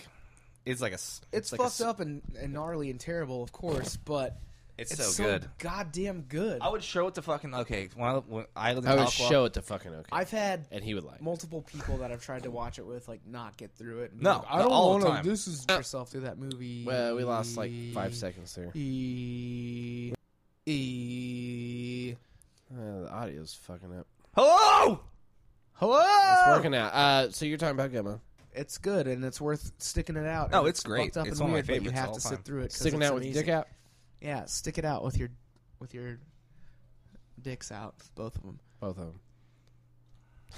it's like a s- It's, like a fucked s- up and, and gnarly and terrible, of course, but It's, it's so, good. goddamn good. I would show it to fucking okay. When I, when I lived in I would Tahlequah- show it to fucking okay, I've had and he would like. it. multiple people that I've tried to watch it with, like, not get through it. and be No, like, no, all the wanna time. This is yourself through that movie. Well, we lost like five seconds there. E. E. Uh, the audio's fucking up. Hello. Ah! It's Hello. working out. Uh, so you're talking about Gummo. It's good and it's worth sticking it out. No, And Oh, it's great. fucked up It's and one of my weird, but favorites You of have all to sit time. through it. 'cause Sticking it's out with your amazing. dick out. Yeah, stick it out with your with your dicks out, both of them. Both of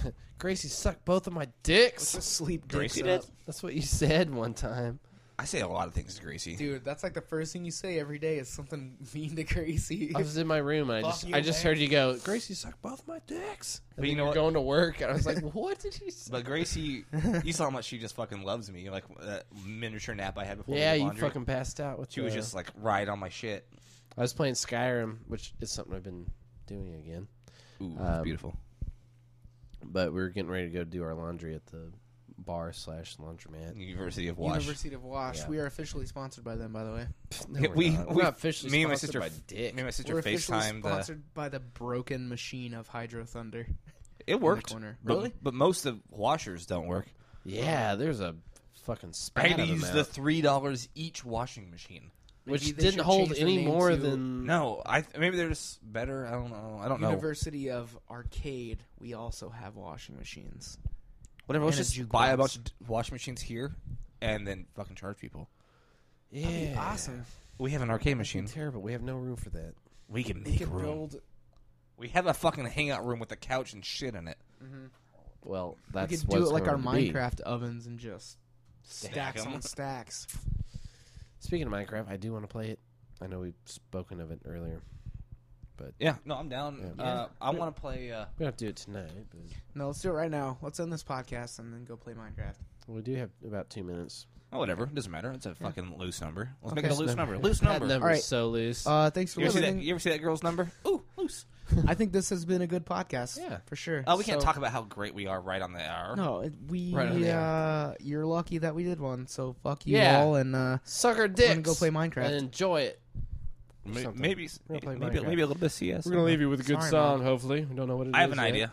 them. Gracie sucked both of my dicks. Sleep Gracie dicks did? up. That's what you said one time. I say a lot of things to Gracie. Dude, that's like the first thing you say every day is something mean to Gracie. I was in my room and I Fuck just you, I just man. heard you go, Gracie sucked both my dicks. And But you then know you're what? going to work and I was like, What did you say? But Gracie, you saw how much she just fucking loves me. Like that miniature nap I had before. we yeah, did you laundry. fucking passed out with She was the- just like right on my shit. I was playing Skyrim, which is something I've been doing again. Ooh, Um, beautiful. But we were getting ready to go do our laundry at the bar slash laundromat. University of Wash. University of Wash. Yeah. We are officially sponsored by them, by the way. No, we're we- not. We're we- not officially me and my sponsored sister by f- dick. Me and my We're sister officially FaceTimed. uh, The, sponsored by the broken machine of Hydro Thunder. it worked. corner. But, Really? But most of washers don't work. Yeah, there's a fucking spat I had to of them use out, the three dollars each washing machine. which Maybe they didn't should hold change their any name more to than No, I maybe they're just better. I don't know. I don't know. University of Arcade. We also have washing machines. Whatever. Let's and a just jukebox. buy a bunch of d- washing machines here, and then fucking charge people. Yeah, Awesome. We have an arcade machine. Terrible. We have no room for that. We can We make could room. build. We have a fucking hangout room with a couch and shit in it. Well, We that's could what do it it's like our going to be. Minecraft ovens and just Stack stacks 'em. on stacks. Speaking of Minecraft, I do want to play it. I know we've spoken of it earlier. Yeah, no, I'm down. Yeah. Uh, I want to play. Uh, We don't have to do it tonight, but No, let's do it right now. Let's end this podcast and then go play Minecraft. we do have about two minutes. oh, whatever. It doesn't matter. It's a fucking loose number. Let's make Okay. it a loose number. Loose That number. number's All right. so loose. Uh, thanks for You ever see that? listening. You ever see that girl's number? Ooh, loose. I think this has been a good podcast. Yeah. for sure. Oh, we can't So- talk about how great we are right on the hour. No, it- we. Right on the uh, you're lucky that we did one. So fuck you Yeah. all, and uh, Sucker I'm dicks. gonna go play Minecraft. and enjoy it. May- something. maybe We're gonna maybe, play maybe, Minecraft. a little bit of CS. you with a good Sorry, song, Hopefully, we don't know what it is. I have an idea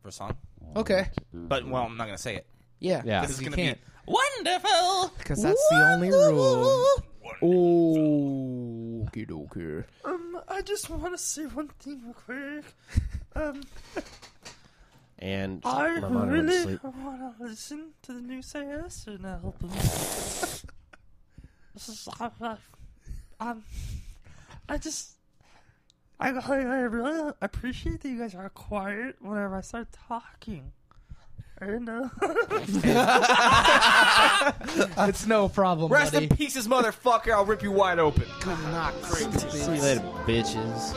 for a song, okay. but well, I'm not gonna say it. Yeah. Yeah. Because It's you gonna can't. be wonderful. Because that's the only rule. Oh, Okie dokie. Um, I just want to say one thing real quick. Um, and my monitor went to sleep. want to listen to the new CS and album. This is I, I, um, I just I, I I really appreciate that you guys are quiet whenever I start talking. And uh, It's no problem, Rest buddy. in pieces, motherfucker! I'll rip you wide open. Good knock, See you later, bitches.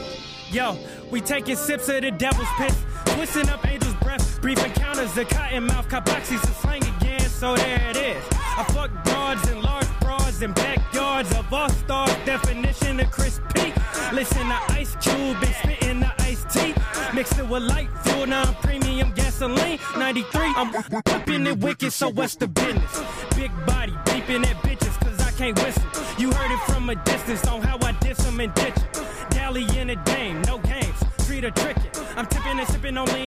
Yo, we taking sips of the devil's piss, twisting up angels' breath. Brief encounters, the cotton mouth, Kaboxies and slang again, so there it is. I fuck broads and large broads and backyards of all stars. Definition of Chris Peak. Listen to Ice Cube and spitting the iced tea. Mixed it with light fuel, non premium gasoline. 93, I'm whipping it wicked, so what's the business? Big body, beeping at bitches, cause I can't whistle. You heard it from a distance on how I diss 'em and ditch 'em. Dally in a dame, no games, treat her tricky. I'm tipping and sipping on lean.